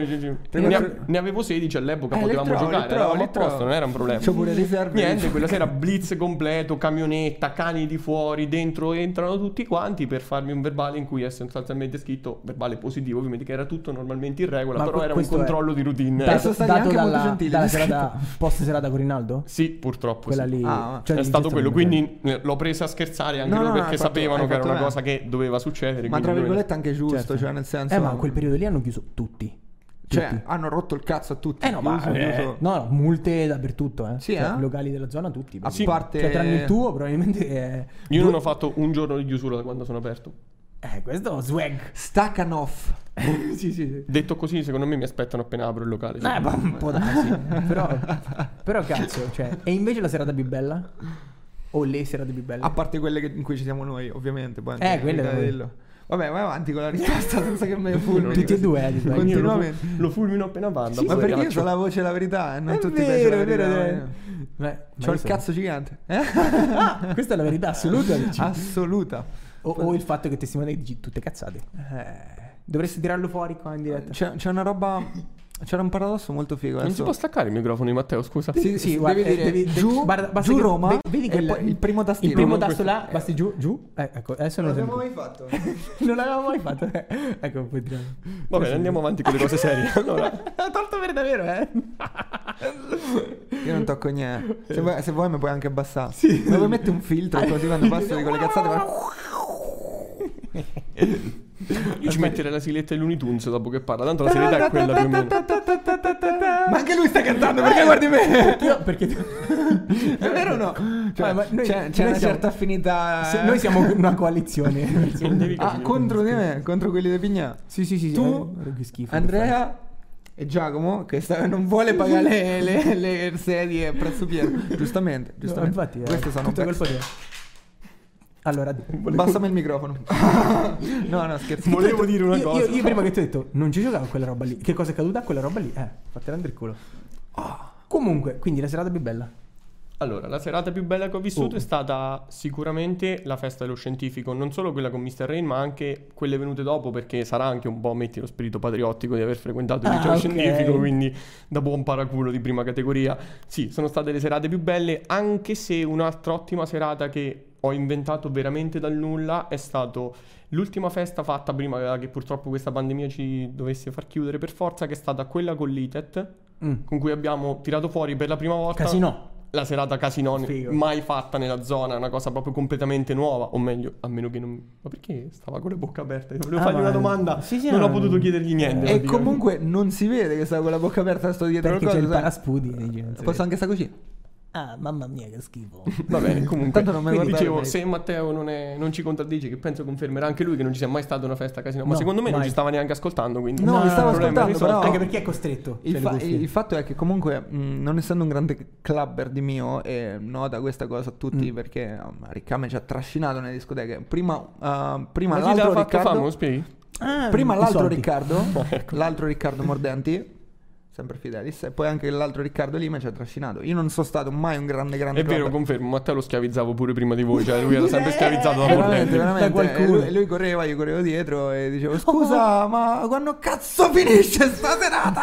Speaker 3: Tra-
Speaker 1: ne, a- ne avevo 16 all'epoca,
Speaker 3: Eh, li
Speaker 1: potevamo
Speaker 3: trovo, li
Speaker 1: giocare,
Speaker 3: trovo,
Speaker 1: eravamo
Speaker 3: li
Speaker 1: a posto,
Speaker 3: trovo.
Speaker 1: non era un problema.
Speaker 3: C'ho pure riserve.
Speaker 1: Niente, quella sera blitz completo, camionetta, cani di fuori, dentro entrano tutti quanti per farmi un verbale in cui è sostanzialmente scritto, verbale positivo ovviamente, che era tutto normalmente in regola,
Speaker 2: Ma
Speaker 1: però
Speaker 2: que-
Speaker 1: era un
Speaker 2: questo è-
Speaker 1: controllo di routine.
Speaker 3: Penso-
Speaker 1: Eh,
Speaker 2: dato,
Speaker 3: sono stati
Speaker 2: dato
Speaker 3: anche molto
Speaker 2: dalla,
Speaker 3: gentili,
Speaker 2: dalla
Speaker 3: sì.
Speaker 2: serata post serata con Rinaldo?
Speaker 1: Sì, purtroppo.
Speaker 2: Quella
Speaker 1: sì.
Speaker 2: lì. Cioè,
Speaker 3: Ah,
Speaker 1: È
Speaker 2: lì
Speaker 1: stato
Speaker 2: c'è
Speaker 1: quello,
Speaker 2: un-
Speaker 1: quindi eh, l'ho presa a scherzare anche
Speaker 3: No,
Speaker 1: loro
Speaker 3: no, no,
Speaker 1: perché
Speaker 3: hai fatto-
Speaker 1: sapevano
Speaker 3: hai
Speaker 1: che era
Speaker 3: fatto
Speaker 1: una
Speaker 3: bene.
Speaker 1: cosa che doveva succedere.
Speaker 3: Ma
Speaker 1: quindi
Speaker 3: tra
Speaker 1: doveva-
Speaker 3: virgolette anche giusto,
Speaker 2: Certo.
Speaker 3: cioè nel senso...
Speaker 2: Eh, ma a quel periodo lì hanno chiuso tutti.
Speaker 3: Cioè,
Speaker 2: Tutti.
Speaker 3: hanno rotto il cazzo a tutti.
Speaker 2: Eh no, ma
Speaker 3: Chiuso, chiuso.
Speaker 2: eh, no, no, multe dappertutto, eh.
Speaker 3: Sì,
Speaker 2: Cioè,
Speaker 3: eh?
Speaker 2: locali della zona tutti.
Speaker 3: A
Speaker 2: perché-
Speaker 3: parte...
Speaker 2: Cioè, tranne il tuo, probabilmente è...
Speaker 1: Io non ho fatto un giorno di chiusura da quando sono aperto.
Speaker 2: Eh, questo è swag.
Speaker 3: Staccano off.
Speaker 2: sì, sì, sì.
Speaker 1: Detto così, secondo me mi aspettano appena apro il locale.
Speaker 2: Eh, ma un po' darsi. però, però cazzo, cioè, e invece la serata più bella? O le serate più belle?
Speaker 3: A parte quelle che- in cui ci siamo noi, ovviamente. Poi
Speaker 2: Eh, quelle
Speaker 3: da-
Speaker 2: voi.
Speaker 3: dello. Vabbè, vai avanti con la risposta senza che me ne fulmini.
Speaker 2: Tutti e
Speaker 3: così.
Speaker 2: due, eh, di
Speaker 1: Io
Speaker 2: solito.
Speaker 1: lo,
Speaker 3: Continuamente.
Speaker 1: fu- lo fulmino appena vado.
Speaker 3: Ma
Speaker 1: poi
Speaker 3: perché io
Speaker 1: faccio-
Speaker 3: ho la voce della verità e non
Speaker 2: È
Speaker 3: tutti
Speaker 2: vero,
Speaker 3: pensano
Speaker 2: è
Speaker 3: la
Speaker 2: vero,
Speaker 3: verità. eh.
Speaker 2: è vero. eh. Beh, ma
Speaker 3: C'ho
Speaker 2: io
Speaker 3: il
Speaker 2: so-
Speaker 3: cazzo gigante. Eh?
Speaker 2: Ah, questa è la verità assoluta. dici.
Speaker 3: Assoluta.
Speaker 2: o, o il fatto che testimoni dici tutte cazzate. Eh, dovresti tirarlo fuori qua in diretta.
Speaker 3: C'è, c'è una roba C'era un paradosso molto figo.
Speaker 1: Non si
Speaker 3: adesso-
Speaker 1: può staccare il microfono di Matteo, scusa.
Speaker 2: Sì, sì,
Speaker 3: devi
Speaker 2: guarda, eh,
Speaker 3: dire
Speaker 2: devi- devi-
Speaker 3: giù-
Speaker 2: guarda, basta
Speaker 3: giù
Speaker 2: che-
Speaker 3: Roma
Speaker 2: ve- vedi che
Speaker 3: e
Speaker 2: il-
Speaker 3: poi il primo
Speaker 2: Il
Speaker 3: tastino.
Speaker 2: primo
Speaker 1: Comunque-
Speaker 2: tasto là, basti giù, giù. Eh, ecco, adesso
Speaker 5: Non
Speaker 2: non lo
Speaker 5: l'abbiamo
Speaker 2: sento.
Speaker 5: mai fatto.
Speaker 2: Non l'avevamo mai fatto. eh. ecco, un po' di drama.
Speaker 1: Va bene, andiamo avanti con le cose serie. Allora,
Speaker 2: Ha tolto per davvero, eh.
Speaker 3: Io non tocco niente. Se vuoi, se vuoi mi puoi anche abbassare. Sì. Ma vuoi mettere un filtro così quando passo dico le cazzate. Ma...
Speaker 1: io ci metterei la sigletta dell'Unitunes dopo che parla. Tanto la sigletta è quella più o meno.
Speaker 3: ma anche lui sta cantando, perché guardi me?
Speaker 2: Io, perché tu-
Speaker 3: Eh. È vero o no? Cioè,
Speaker 2: Ah, ma noi-
Speaker 3: c'è, c'è
Speaker 2: noi
Speaker 3: una
Speaker 2: siamo-
Speaker 3: certa affinità.
Speaker 2: se-
Speaker 3: eh.
Speaker 2: noi siamo una coalizione.
Speaker 1: Non devi
Speaker 3: Ah,
Speaker 1: capire.
Speaker 3: contro di me, contro quelli di Pignà.
Speaker 2: sì, sì, sì.
Speaker 3: Tu,
Speaker 2: eh, che schifo,
Speaker 3: Andrea e Giacomo, che sta- non vuole pagare le, le, le sedie a prezzo pieno. Giustamente,
Speaker 2: No,
Speaker 3: giustamente.
Speaker 2: infatti, eh,
Speaker 3: Queste sono
Speaker 2: tutto
Speaker 3: be-
Speaker 2: colpa tua. Allora,
Speaker 3: Abbassami il microfono. no, no, scherzo.
Speaker 1: Volevo dire una
Speaker 2: io,
Speaker 1: cosa.
Speaker 2: Io, io prima che ti ho detto, non ci giocavo a quella roba lì. Che cosa è caduta? Quella roba lì. Eh, fatti rendere il culo. Ah. Comunque, quindi la serata più bella.
Speaker 1: Allora, la serata più bella che ho vissuto
Speaker 2: Oh.
Speaker 1: è stata sicuramente la festa dello scientifico, non solo quella con Mr. Rain, ma anche quelle venute dopo, perché sarà anche un po', metti lo spirito patriottico di aver frequentato il
Speaker 2: Ah,
Speaker 1: liceo
Speaker 2: ok.
Speaker 1: scientifico, quindi da buon paraculo di prima categoria. Sì, sono state le serate più belle, anche se un'altra ottima serata che ho inventato veramente dal nulla è stato l'ultima festa fatta prima che purtroppo questa pandemia ci dovesse far chiudere per forza, che è stata quella con l'ITET,
Speaker 2: Mm.
Speaker 1: con cui abbiamo tirato fuori per la prima volta...
Speaker 2: Casino.
Speaker 1: La serata casino n-
Speaker 2: Figo.
Speaker 1: mai fatta nella zona, una cosa proprio completamente nuova, o meglio, a meno che non... Ma perché stava con le bocche aperte? Volevo
Speaker 2: Ah,
Speaker 1: fargli
Speaker 2: ma-
Speaker 1: una domanda,
Speaker 2: Sì, sì,
Speaker 1: non
Speaker 2: no,
Speaker 1: ho potuto
Speaker 2: no.
Speaker 1: chiedergli niente.
Speaker 3: E
Speaker 1: praticamente.
Speaker 3: comunque non si vede che sta con la bocca aperta, sto dietro
Speaker 2: Perché
Speaker 3: al
Speaker 2: c'è il
Speaker 3: coso, sai.
Speaker 2: paraspudi. dici, non si
Speaker 3: Posso
Speaker 2: vede.
Speaker 3: anche sta così?
Speaker 2: Ah, mamma mia, che schifo.
Speaker 1: Va bene, comunque...
Speaker 3: Tanto non me
Speaker 1: Quindi
Speaker 3: guardare
Speaker 1: dicevo,
Speaker 3: mai.
Speaker 1: se Matteo non, è- non ci contraddice, che penso confermerà anche lui che non ci sia mai stata una festa casino, ma
Speaker 2: No,
Speaker 1: secondo me non
Speaker 2: mai.
Speaker 1: ci stava neanche ascoltando, quindi...
Speaker 3: No, mi stavo
Speaker 1: problema
Speaker 3: ascoltando,
Speaker 1: risolto.
Speaker 3: però-
Speaker 2: Anche perché è costretto.
Speaker 3: Il,
Speaker 2: cioè,
Speaker 3: fa-
Speaker 2: le cuffie.
Speaker 3: il fatto è che comunque mh, non essendo un grande clubber di mio e nota questa cosa a tutti
Speaker 2: Mm.
Speaker 3: perché um, Riccame ci ha trascinato nelle discoteche prima, uh, prima
Speaker 1: Ma chi l'ha
Speaker 3: l'altro
Speaker 1: fatto
Speaker 3: Riccardo
Speaker 1: famo, lo spieghi?
Speaker 2: Ah,
Speaker 3: prima
Speaker 2: i
Speaker 3: l'altro
Speaker 2: soldi. ecco.
Speaker 3: Riccardo l'altro Riccardo Mordenti sempre Fidelis e poi anche l'altro Riccardo Lima ci ha trascinato io non sono stato mai un grande
Speaker 1: È
Speaker 3: grande
Speaker 1: vero,
Speaker 3: clubber.
Speaker 1: confermo, Matteo lo schiavizzavo pure prima di voi, cioè lui era sempre schiavizzato da
Speaker 2: Eh,
Speaker 3: Veramente,
Speaker 1: Mordelli.
Speaker 3: veramente.
Speaker 2: Da qualcuno. Oh.
Speaker 3: E lui, e lui correva, io correvo dietro e dicevo: Scusa, ma quando cazzo finisce sta serata?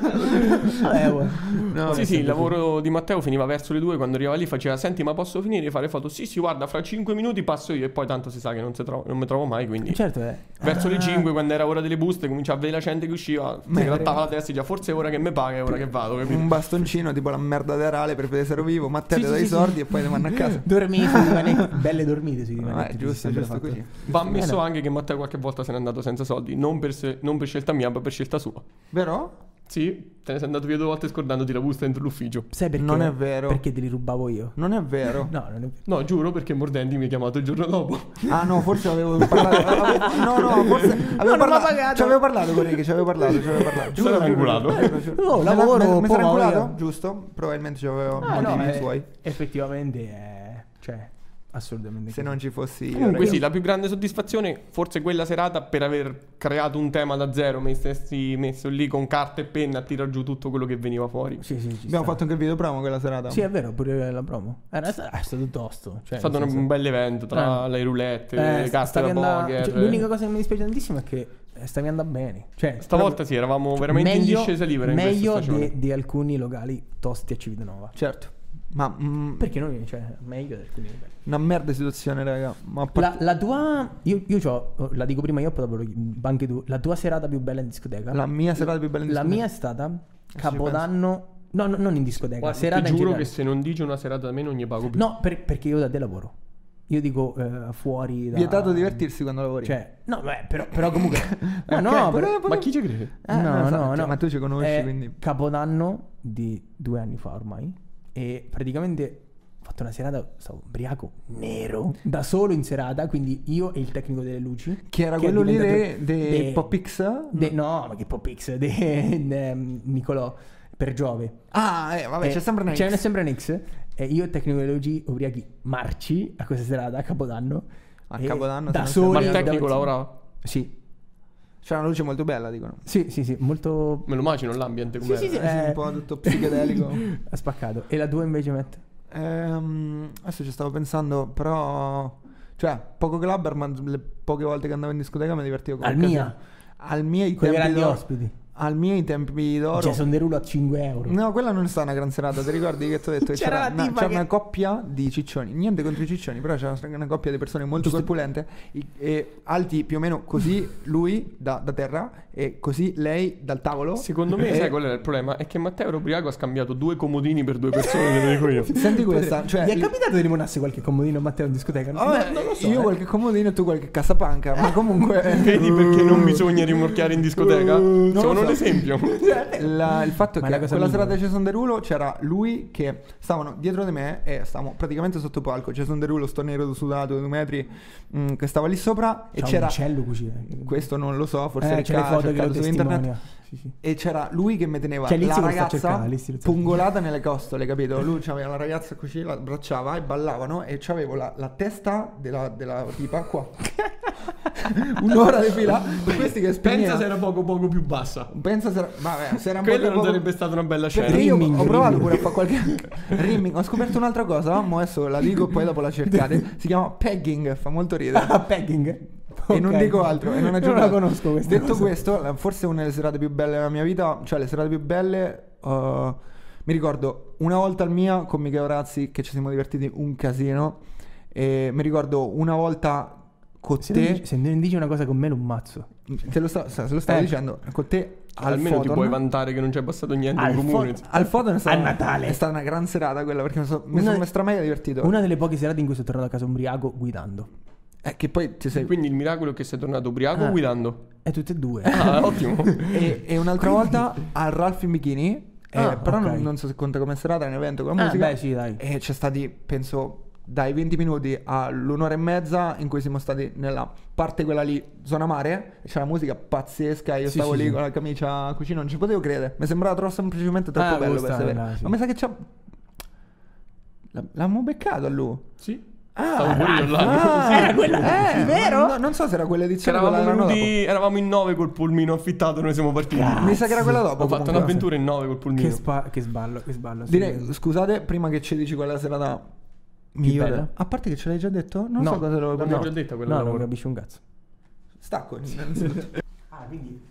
Speaker 2: Eh, guarda.
Speaker 3: No,
Speaker 1: sì, sì, il lavoro di Matteo finiva verso le due, quando arrivava lì faceva, senti ma posso finire di fare foto? Sì, sì, guarda, fra cinque minuti passo io e poi tanto si sa che non, si tro- non mi trovo mai, quindi...
Speaker 3: Cioè,
Speaker 2: Certo, eh.
Speaker 1: Verso le
Speaker 2: Ah,
Speaker 1: 5, quando era ora delle buste, cominciava a vedere la gente che usciva, mi grattava la testa e diceva, forse è ora che mi paga, è ora che vado, capito?
Speaker 3: un bastoncino tipo la merda d'erale per vedere se ero vivo, Matteo
Speaker 2: Sì,
Speaker 3: ti
Speaker 2: sì,
Speaker 3: dai i
Speaker 2: sì,
Speaker 3: sordi e poi ti manda a casa.
Speaker 2: Dormi sui divanetti. Belle dormite sui
Speaker 3: Ah,
Speaker 2: divanetti.
Speaker 3: è giusto,
Speaker 2: si è sempre
Speaker 3: giusto
Speaker 2: fatto.
Speaker 3: così.
Speaker 1: Va ammesso
Speaker 2: no.
Speaker 1: anche che Matteo qualche volta se n'è andato senza soldi, non per, se- non per scelta mia, ma per scelta sua.
Speaker 3: Vero?
Speaker 1: Sì, te ne sei andato via due volte scordandoti la busta dentro l'ufficio.
Speaker 2: Sai perché?
Speaker 3: Non è vero.
Speaker 2: Perché te li rubavo io.
Speaker 3: Non è vero.
Speaker 2: No, non è vero.
Speaker 1: No, giuro perché Mordendi mi ha chiamato il giorno dopo.
Speaker 3: Ah no, forse avevo parlato. avevo- No, no, forse avevo
Speaker 2: Non mi ha
Speaker 3: parlato.
Speaker 2: pagato.
Speaker 3: Ci avevo parlato con Ricky, ci avevo parlato, ci avevo parlato.
Speaker 1: Sarà
Speaker 3: Giuro,
Speaker 1: angolato.
Speaker 3: giuro, giuro, giuro.
Speaker 2: No,
Speaker 3: Me la-
Speaker 2: Oh, lavoro,
Speaker 3: me- Mi
Speaker 2: poi
Speaker 3: sarà angolato?
Speaker 2: voglio.
Speaker 3: Giusto? Probabilmente ci avevo
Speaker 2: Ah, no,
Speaker 3: motivi
Speaker 2: eh,
Speaker 3: suoi.
Speaker 2: Effettivamente è... Cioè, assolutamente.
Speaker 3: Se non ci fossi io.
Speaker 1: Comunque
Speaker 3: ragazzi.
Speaker 1: sì, la più grande soddisfazione forse quella serata per aver creato un tema da zero, mi stessi messo lì con carta e penna a tirar giù tutto quello che veniva fuori.
Speaker 2: Sì, sì, ci
Speaker 3: Abbiamo
Speaker 2: sta.
Speaker 3: fatto anche il video promo quella serata.
Speaker 2: Sì, è vero, pure la promo. Era sta- è stato tosto. Cioè,
Speaker 1: È stato
Speaker 2: nel
Speaker 1: un,
Speaker 2: senso-
Speaker 1: bel evento tra
Speaker 2: Eh.
Speaker 1: le roulette,
Speaker 2: Eh,
Speaker 1: le
Speaker 2: sta-
Speaker 1: carte
Speaker 2: stavi
Speaker 1: da
Speaker 2: andando-
Speaker 1: poker. eh.
Speaker 2: cioè, l'unica cosa che mi dispiace tantissimo è che eh, stavi andando bene. Cioè,
Speaker 1: Stavolta sì, eravamo veramente in
Speaker 2: meglio-
Speaker 1: discesa libera in questa
Speaker 2: Meglio
Speaker 1: stagione.
Speaker 2: di, di alcuni locali tosti a Civitanova. Cioè,
Speaker 3: Certo. Ma mm,
Speaker 2: Perché noi, cioè, meglio di alcuni locali.
Speaker 3: una merda di situazione, raga. Ma a
Speaker 2: La,
Speaker 3: parte-
Speaker 2: la tua, io, io c'ho- la dico prima io, poi dopo lo- anche tu. La tua serata più bella in discoteca?
Speaker 3: la, mia serata più bella in
Speaker 2: La
Speaker 3: discoteca.
Speaker 2: mia è stata Capodanno. No, no, non in discoteca.
Speaker 1: Guarda,
Speaker 2: serata
Speaker 1: ti
Speaker 2: in
Speaker 1: giuro
Speaker 2: generale.
Speaker 1: che se non dici una serata da me non gli pago più.
Speaker 2: No, per- perché io da te lavoro. Io dico eh, fuori da.
Speaker 3: Vietato divertirsi quando lavori.
Speaker 2: Cioè, no, beh, però, però comunque. no,
Speaker 3: Ok, potevo-
Speaker 2: no, però-
Speaker 1: Ma chi ci crede?
Speaker 3: Eh, no,
Speaker 2: no,
Speaker 3: infatti,
Speaker 2: no, no.
Speaker 3: ma tu ci conosci,
Speaker 2: È
Speaker 3: quindi-
Speaker 2: Capodanno di due anni fa ormai. E praticamente ho fatto una serata, stavo ubriaco nero, da solo in serata, quindi io e il tecnico delle luci.
Speaker 3: Che era
Speaker 2: è
Speaker 3: quello lì de-
Speaker 2: diventato-
Speaker 3: de
Speaker 2: de-
Speaker 3: Popix?
Speaker 2: de- no, ma che Popix, de, de, um, Nicolò, per Giove.
Speaker 3: Ah, eh, vabbè,
Speaker 2: Eh,
Speaker 3: c'è sempre una
Speaker 2: C'è
Speaker 3: X.
Speaker 2: sempre un X. E io e tecnologi ubriachi marci a questa serata a Capodanno.
Speaker 3: A
Speaker 2: E
Speaker 3: Capodanno,
Speaker 2: da
Speaker 3: se non
Speaker 1: Ma
Speaker 2: soli.
Speaker 1: il
Speaker 2: da-
Speaker 1: tecnico lavorava?
Speaker 2: Sì.
Speaker 3: C'era una luce molto bella, dicono.
Speaker 2: Sì, sì, sì, molto...
Speaker 1: Me lo immagino l'ambiente come
Speaker 2: sì, sì.
Speaker 3: Eh,
Speaker 2: Eh.
Speaker 3: un po' tutto psichedelico.
Speaker 2: Ha spaccato. E la tua invece, Matt?
Speaker 3: Ehm, adesso ci stavo pensando, però... Cioè, poco clubber, ma le poche volte che andavo in discoteca mi divertivo come
Speaker 2: Al
Speaker 3: un
Speaker 2: Mia.
Speaker 3: casino. Al mia i
Speaker 2: Con i
Speaker 3: tempi
Speaker 2: grandi
Speaker 3: d'oro-
Speaker 2: ospiti. Cioè,
Speaker 3: Al miei tempi d'oro.
Speaker 2: Jason Derulo a 5 euro.
Speaker 3: No, quella non è stata una gran serata. Ti ricordi che ti ho detto che
Speaker 2: C'era
Speaker 3: c'era,
Speaker 2: la
Speaker 3: una,
Speaker 2: tipa
Speaker 3: c'era
Speaker 2: che-
Speaker 3: una coppia di ciccioni? Niente contro i ciccioni, però c'era una coppia di persone molto corpulente i- e alti più o meno così lui da, da terra e così lei dal tavolo.
Speaker 1: Secondo
Speaker 2: Eh.
Speaker 1: me,
Speaker 3: E-
Speaker 1: sai qual era il problema? È che Matteo Robriaco ha scambiato due comodini per due persone, te lo dico io.
Speaker 3: Senti questa, cioè,
Speaker 2: Mi è capitato di limonasse qualche comodino a Matteo in discoteca? No,
Speaker 3: Ah,
Speaker 2: non lo so.
Speaker 3: io
Speaker 2: eh.
Speaker 3: qualche comodino e tu qualche cassapanca, ma comunque
Speaker 1: Eh.
Speaker 3: Uh.
Speaker 1: Vedi perché non bisogna rimorchiare in discoteca?
Speaker 3: Mm. Non lo
Speaker 1: Sono un
Speaker 3: so.
Speaker 1: esempio.
Speaker 3: La- il fatto è
Speaker 2: Ma
Speaker 3: che
Speaker 2: è la cosa
Speaker 3: quella serata
Speaker 2: migliore.
Speaker 3: di Jason Derulo c'era lui che stavano dietro di me e stavamo praticamente sotto palco. Jason Derulo, sto nero sudato, due metri, mm, che stava lì sopra e
Speaker 2: C'ha
Speaker 3: c'era...
Speaker 2: un uccello cucina.
Speaker 3: Questo non lo so, forse
Speaker 2: eh, c'è le
Speaker 3: Riccardo ha
Speaker 2: foto che lo
Speaker 3: cercato su internet.
Speaker 2: testimonia. Sì, sì.
Speaker 3: E c'era lui che mi teneva
Speaker 2: Cioè, lì
Speaker 3: la
Speaker 2: si lo sta
Speaker 3: ragazza
Speaker 2: cercando, lì si lo sta
Speaker 3: pungolata nelle costole, capito? Lui c'aveva la ragazza così, la abbracciava e ballavano e c'avevo la, la testa della, della tipa qua. Un'ora di fila. Questi che spegneva.
Speaker 1: Pensa se era poco poco più bassa.
Speaker 3: Pensa se era... Vabbè, se era un po'
Speaker 1: Quella non
Speaker 3: poco-
Speaker 1: sarebbe stata una bella scena.
Speaker 3: perché io
Speaker 2: Rimming,
Speaker 3: ho provato
Speaker 2: rimming.
Speaker 3: pure a fare qualche rimming. Ho scoperto un'altra cosa, mo adesso la dico e poi dopo la cercate. Si chiama pegging, fa molto ridere.
Speaker 2: Ah, pegging.
Speaker 3: E non
Speaker 2: Ok.
Speaker 3: dico altro,
Speaker 2: eh,
Speaker 3: e non aggiungo
Speaker 2: la
Speaker 3: altro.
Speaker 2: conosco questa.
Speaker 3: Detto
Speaker 2: cosa.
Speaker 3: questo, la- forse una delle serate più belle della mia vita, cioè le serate più belle, eh, mi ricordo una volta al mia con Michele Razzi che ci siamo divertiti un casino, e mi ricordo una volta con
Speaker 2: Se, non
Speaker 3: te,
Speaker 2: dici, se non dici una cosa con me, lo ammazzo.
Speaker 3: te lo sta- se lo stavo
Speaker 2: Eh.
Speaker 3: dicendo, con te al
Speaker 1: Almeno ti
Speaker 3: Foton.
Speaker 1: puoi vantare che non c'è passato niente
Speaker 2: Al
Speaker 1: in comune.
Speaker 2: fo-
Speaker 3: Al foto è stata,
Speaker 2: A Natale.
Speaker 3: è stata una gran serata quella perché mi, so- mi
Speaker 2: Una-
Speaker 3: sono stramega divertito.
Speaker 2: Una delle poche serate in cui sono tornato a casa umbriaco guidando.
Speaker 3: Eh, che poi ti sei.
Speaker 1: Quindi il miracolo è che sei tornato ubriaco
Speaker 2: Ah.
Speaker 1: guidando.
Speaker 2: E tutte e due.
Speaker 1: Ah, ottimo.
Speaker 3: E, e un'altra volta al Ralph in bikini. eh,
Speaker 2: Ah,
Speaker 3: però non,
Speaker 2: ok.
Speaker 3: non so se conta come serata, è un evento con la
Speaker 2: ah,
Speaker 3: musica.
Speaker 2: beh, sì, dai.
Speaker 3: E c'è stati, penso, dai 20 minuti all'un'ora e mezza in cui siamo stati nella parte quella lì, zona mare. e C'era musica pazzesca. Io
Speaker 2: Sì,
Speaker 3: stavo
Speaker 2: sì,
Speaker 3: lì
Speaker 2: sì.
Speaker 3: con la camicia cucina, non ci potevo credere. Mi sembrava troppo semplicemente troppo
Speaker 2: Ah,
Speaker 3: bello per
Speaker 2: questa-
Speaker 3: essere vero.
Speaker 2: no, sì.
Speaker 3: Ma mi sa che c'ha. L- L'abbiamo beccato a lui.
Speaker 1: Sì.
Speaker 3: Ah,
Speaker 1: Stavo pure io là.
Speaker 3: era quella, eh, vero? non so se era quella edizione o quella
Speaker 1: Ah, Eravamo,
Speaker 3: dell'anno
Speaker 1: venuti- eravamo in nove col pulmino affittato, noi siamo partiti.
Speaker 3: dopo. Mi sa che era quella dopo.
Speaker 1: Ho fatto
Speaker 3: comunque.
Speaker 1: un'avventura in nove col pulmino.
Speaker 2: Che, spa- che sballo, che sballo. sì.
Speaker 3: Direi, scusate, prima che ci dici quella serata migliore.
Speaker 2: bella?
Speaker 3: A parte che ce l'hai già detto? Non
Speaker 2: No,
Speaker 3: so cosa lo
Speaker 1: L'abbiamo già detta quella
Speaker 2: No,
Speaker 1: del
Speaker 2: non
Speaker 1: lavoro.
Speaker 2: capisci un cazzo.
Speaker 3: Stacco. innanzitutto.
Speaker 2: Ah, quindi...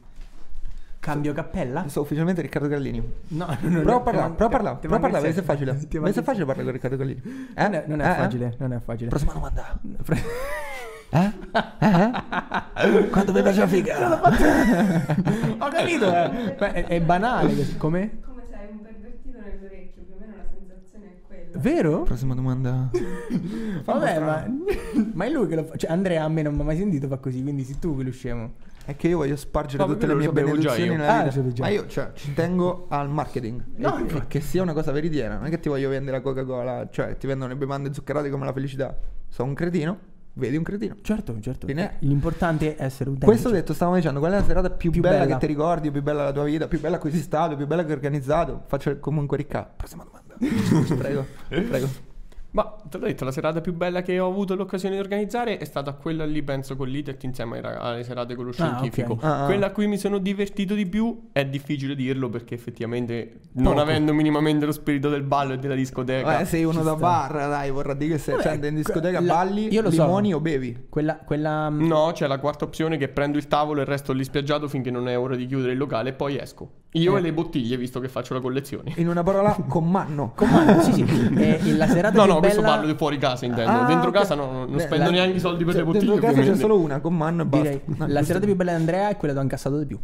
Speaker 2: Cambio cappella?
Speaker 3: Sono ufficialmente Riccardo Gallini.
Speaker 2: Eh, No, no, no.
Speaker 3: Prova a parlare, prova a parlare,
Speaker 2: Ti
Speaker 3: prova a
Speaker 2: manca il
Speaker 3: parlare, vedi se è
Speaker 2: set.
Speaker 3: facile.
Speaker 2: Ti
Speaker 3: Vedi
Speaker 2: manca
Speaker 3: se è
Speaker 2: il
Speaker 3: facile parlare con Riccardo Gallini. Eh?
Speaker 2: set. Non è- Non
Speaker 3: Eh,
Speaker 2: è
Speaker 3: eh?
Speaker 2: facile, non è facile.
Speaker 3: Prossima domanda.
Speaker 2: Eh?
Speaker 3: Quando mi piace la figa?
Speaker 2: Ho capito, eh. Beh, è, è banale. così. Come?
Speaker 5: Come sei un pervertito nell'orecchio, più o meno la sensazione è quella.
Speaker 2: Vero?
Speaker 3: Prossima domanda.
Speaker 2: Vabbè, ma, ma è lui che lo fa. Cioè, Andrea a me non mi ha mai sentito fa così, quindi sei tu che lo scemo.
Speaker 3: È che io voglio spargere
Speaker 1: Ma
Speaker 3: tutte le
Speaker 1: quello
Speaker 3: mie
Speaker 1: lo sapevo già
Speaker 3: benedizioni
Speaker 1: io.
Speaker 3: nella
Speaker 2: Ah,
Speaker 3: vita.
Speaker 2: lo sapevi già.
Speaker 3: Ma io cioè, ci tengo al marketing.
Speaker 2: No,
Speaker 3: E- e
Speaker 2: infatti.
Speaker 3: che sia una cosa veritiera, non è che ti voglio vendere la Coca-Cola, cioè ti vendono le bevande zuccherate come la felicità. Sono un cretino, vedi un cretino.
Speaker 2: Certo, certo.
Speaker 3: Bene.
Speaker 2: L'importante è essere utente.
Speaker 3: Questo detto, stavo dicendo, qual è la serata più,
Speaker 2: Più
Speaker 3: bella,
Speaker 2: bella.
Speaker 3: che ti ricordi, più bella della tua vita, più bella che sei stato, più bella che hai organizzato? Faccio comunque ricca. Prossima domanda. prego, prego.
Speaker 1: Eh, Ma te l'ho detto, la serata più bella che ho avuto l'occasione di organizzare è stata quella lì, penso, con l'ITEC insieme ai rag- alle serate con lo scientifico.
Speaker 2: ok.
Speaker 3: Ah, ah.
Speaker 1: Quella a cui mi sono divertito di più è difficile dirlo perché effettivamente, non
Speaker 2: Poco.
Speaker 1: avendo minimamente lo spirito del ballo e della discoteca,
Speaker 3: Vabbè, sei uno da bar, dai, vorrà dire che se
Speaker 2: Vabbè,
Speaker 3: cioè, andai in discoteca
Speaker 2: Eh, la-
Speaker 3: balli,
Speaker 2: io lo so.
Speaker 3: limoni o bevi.
Speaker 2: Quella. quella mm,
Speaker 1: No, c'è la quarta opzione che prendo il tavolo e resto lì spiaggiato finché non è ora di chiudere il locale e poi esco.
Speaker 2: Eh.
Speaker 1: Io e le bottiglie, visto che faccio la collezione.
Speaker 3: In una parola, commanno.
Speaker 2: Comando, sì, sì. E- e la serata
Speaker 1: No,
Speaker 2: più
Speaker 1: no, questo
Speaker 2: bella-
Speaker 1: parlo di fuori casa intendo.
Speaker 3: Ah,
Speaker 1: Dentro
Speaker 3: ok.
Speaker 1: casa no, non
Speaker 3: Beh,
Speaker 1: spendo
Speaker 2: la-
Speaker 1: neanche i soldi per
Speaker 3: Cioè,
Speaker 1: le bottiglie.
Speaker 3: Dentro casa c'è
Speaker 1: ovviamente.
Speaker 3: solo una, commanno e basta.
Speaker 2: Direi,
Speaker 3: No,
Speaker 2: la
Speaker 3: giusto.
Speaker 2: serata più bella di Andrea è quella dove ha incassato di più.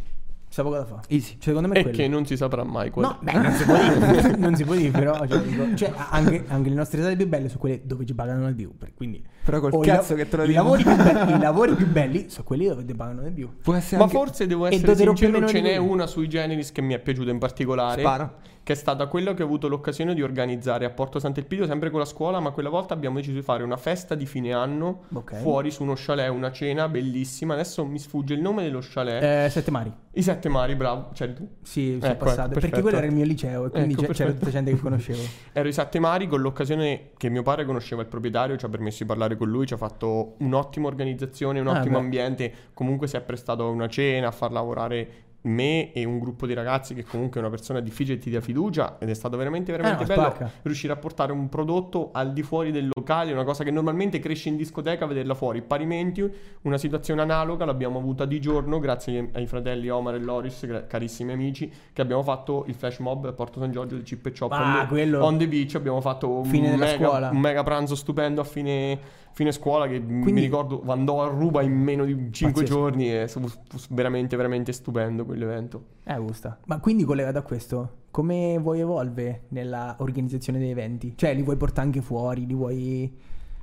Speaker 2: Sai poco da fa.
Speaker 3: Easy.
Speaker 2: Cioè, secondo me è
Speaker 1: E
Speaker 2: quella.
Speaker 1: che non si saprà mai qual
Speaker 2: No, beh, non si può dire, non si può dire però cioè, dico, cioè, anche, anche le nostre serate più belle sono quelle dove ci pagano di più. per- Quindi,
Speaker 3: Però col
Speaker 2: o i
Speaker 3: cazzo
Speaker 2: la-
Speaker 3: che te lo
Speaker 2: i
Speaker 3: dico.
Speaker 2: lavori, più belli, I lavori più belli sono quelli dove ti pagano di più.
Speaker 3: Può essere
Speaker 1: Ma
Speaker 3: anche-
Speaker 1: forse devo
Speaker 2: e
Speaker 1: essere
Speaker 2: dove rompe
Speaker 1: sincero,
Speaker 2: meno
Speaker 1: ce
Speaker 2: di
Speaker 1: n'è
Speaker 2: lui.
Speaker 1: una sui generis che mi è piaciuta in particolare.
Speaker 3: Spara.
Speaker 1: Che è stata quella che ho avuto l'occasione di organizzare a Porto Sant'Elpidio, sempre con la scuola, ma quella volta abbiamo deciso di fare una festa di fine anno
Speaker 2: Ok.
Speaker 1: fuori su uno chalet, una cena bellissima. Adesso mi sfugge il nome dello chalet.
Speaker 2: Eh, sette mari.
Speaker 1: I sette mari, bravo, c'eri tu.
Speaker 2: Sì, sono
Speaker 1: Ecco,
Speaker 2: passato.
Speaker 1: ecco,
Speaker 2: perché
Speaker 1: perfetto.
Speaker 2: quello era il mio liceo e quindi
Speaker 1: Ecco,
Speaker 2: c'è- c'era
Speaker 1: perfetto.
Speaker 2: tutta gente che conoscevo.
Speaker 1: Ero i sette mari con l'occasione che mio padre conosceva il proprietario, ci ha permesso di parlare con lui, ci ha fatto un'ottima organizzazione, un
Speaker 2: Ah,
Speaker 1: ottimo
Speaker 2: beh.
Speaker 1: ambiente, comunque si è prestato a una cena, a far lavorare me e un gruppo di ragazzi che comunque è una persona difficile e ti dia fiducia ed è stato veramente veramente
Speaker 2: no,
Speaker 1: bello
Speaker 2: Eh, spacca.
Speaker 1: riuscire a portare un prodotto al di fuori del locale, una cosa che normalmente cresce in discoteca vederla fuori. Parimenti una situazione analoga l'abbiamo avuta di giorno grazie ai fratelli Omar e Loris, gra- carissimi amici, che abbiamo fatto il flash mob a Porto San Giorgio del Chip e Chop
Speaker 2: Ah,
Speaker 1: on, the-
Speaker 2: quello-
Speaker 1: on the beach, abbiamo fatto un,
Speaker 2: Fine della
Speaker 1: mega,
Speaker 2: scuola.
Speaker 1: un mega pranzo stupendo a fine, fine scuola che mi ricordo andò a Ruba in meno di 5
Speaker 2: Pazzesco.
Speaker 1: giorni e fu fu veramente veramente stupendo quell'evento.
Speaker 2: Eh, gusta. Ma quindi collegato a questo, come vuoi evolve nella organizzazione degli eventi? Cioè, li vuoi portare anche fuori, li vuoi...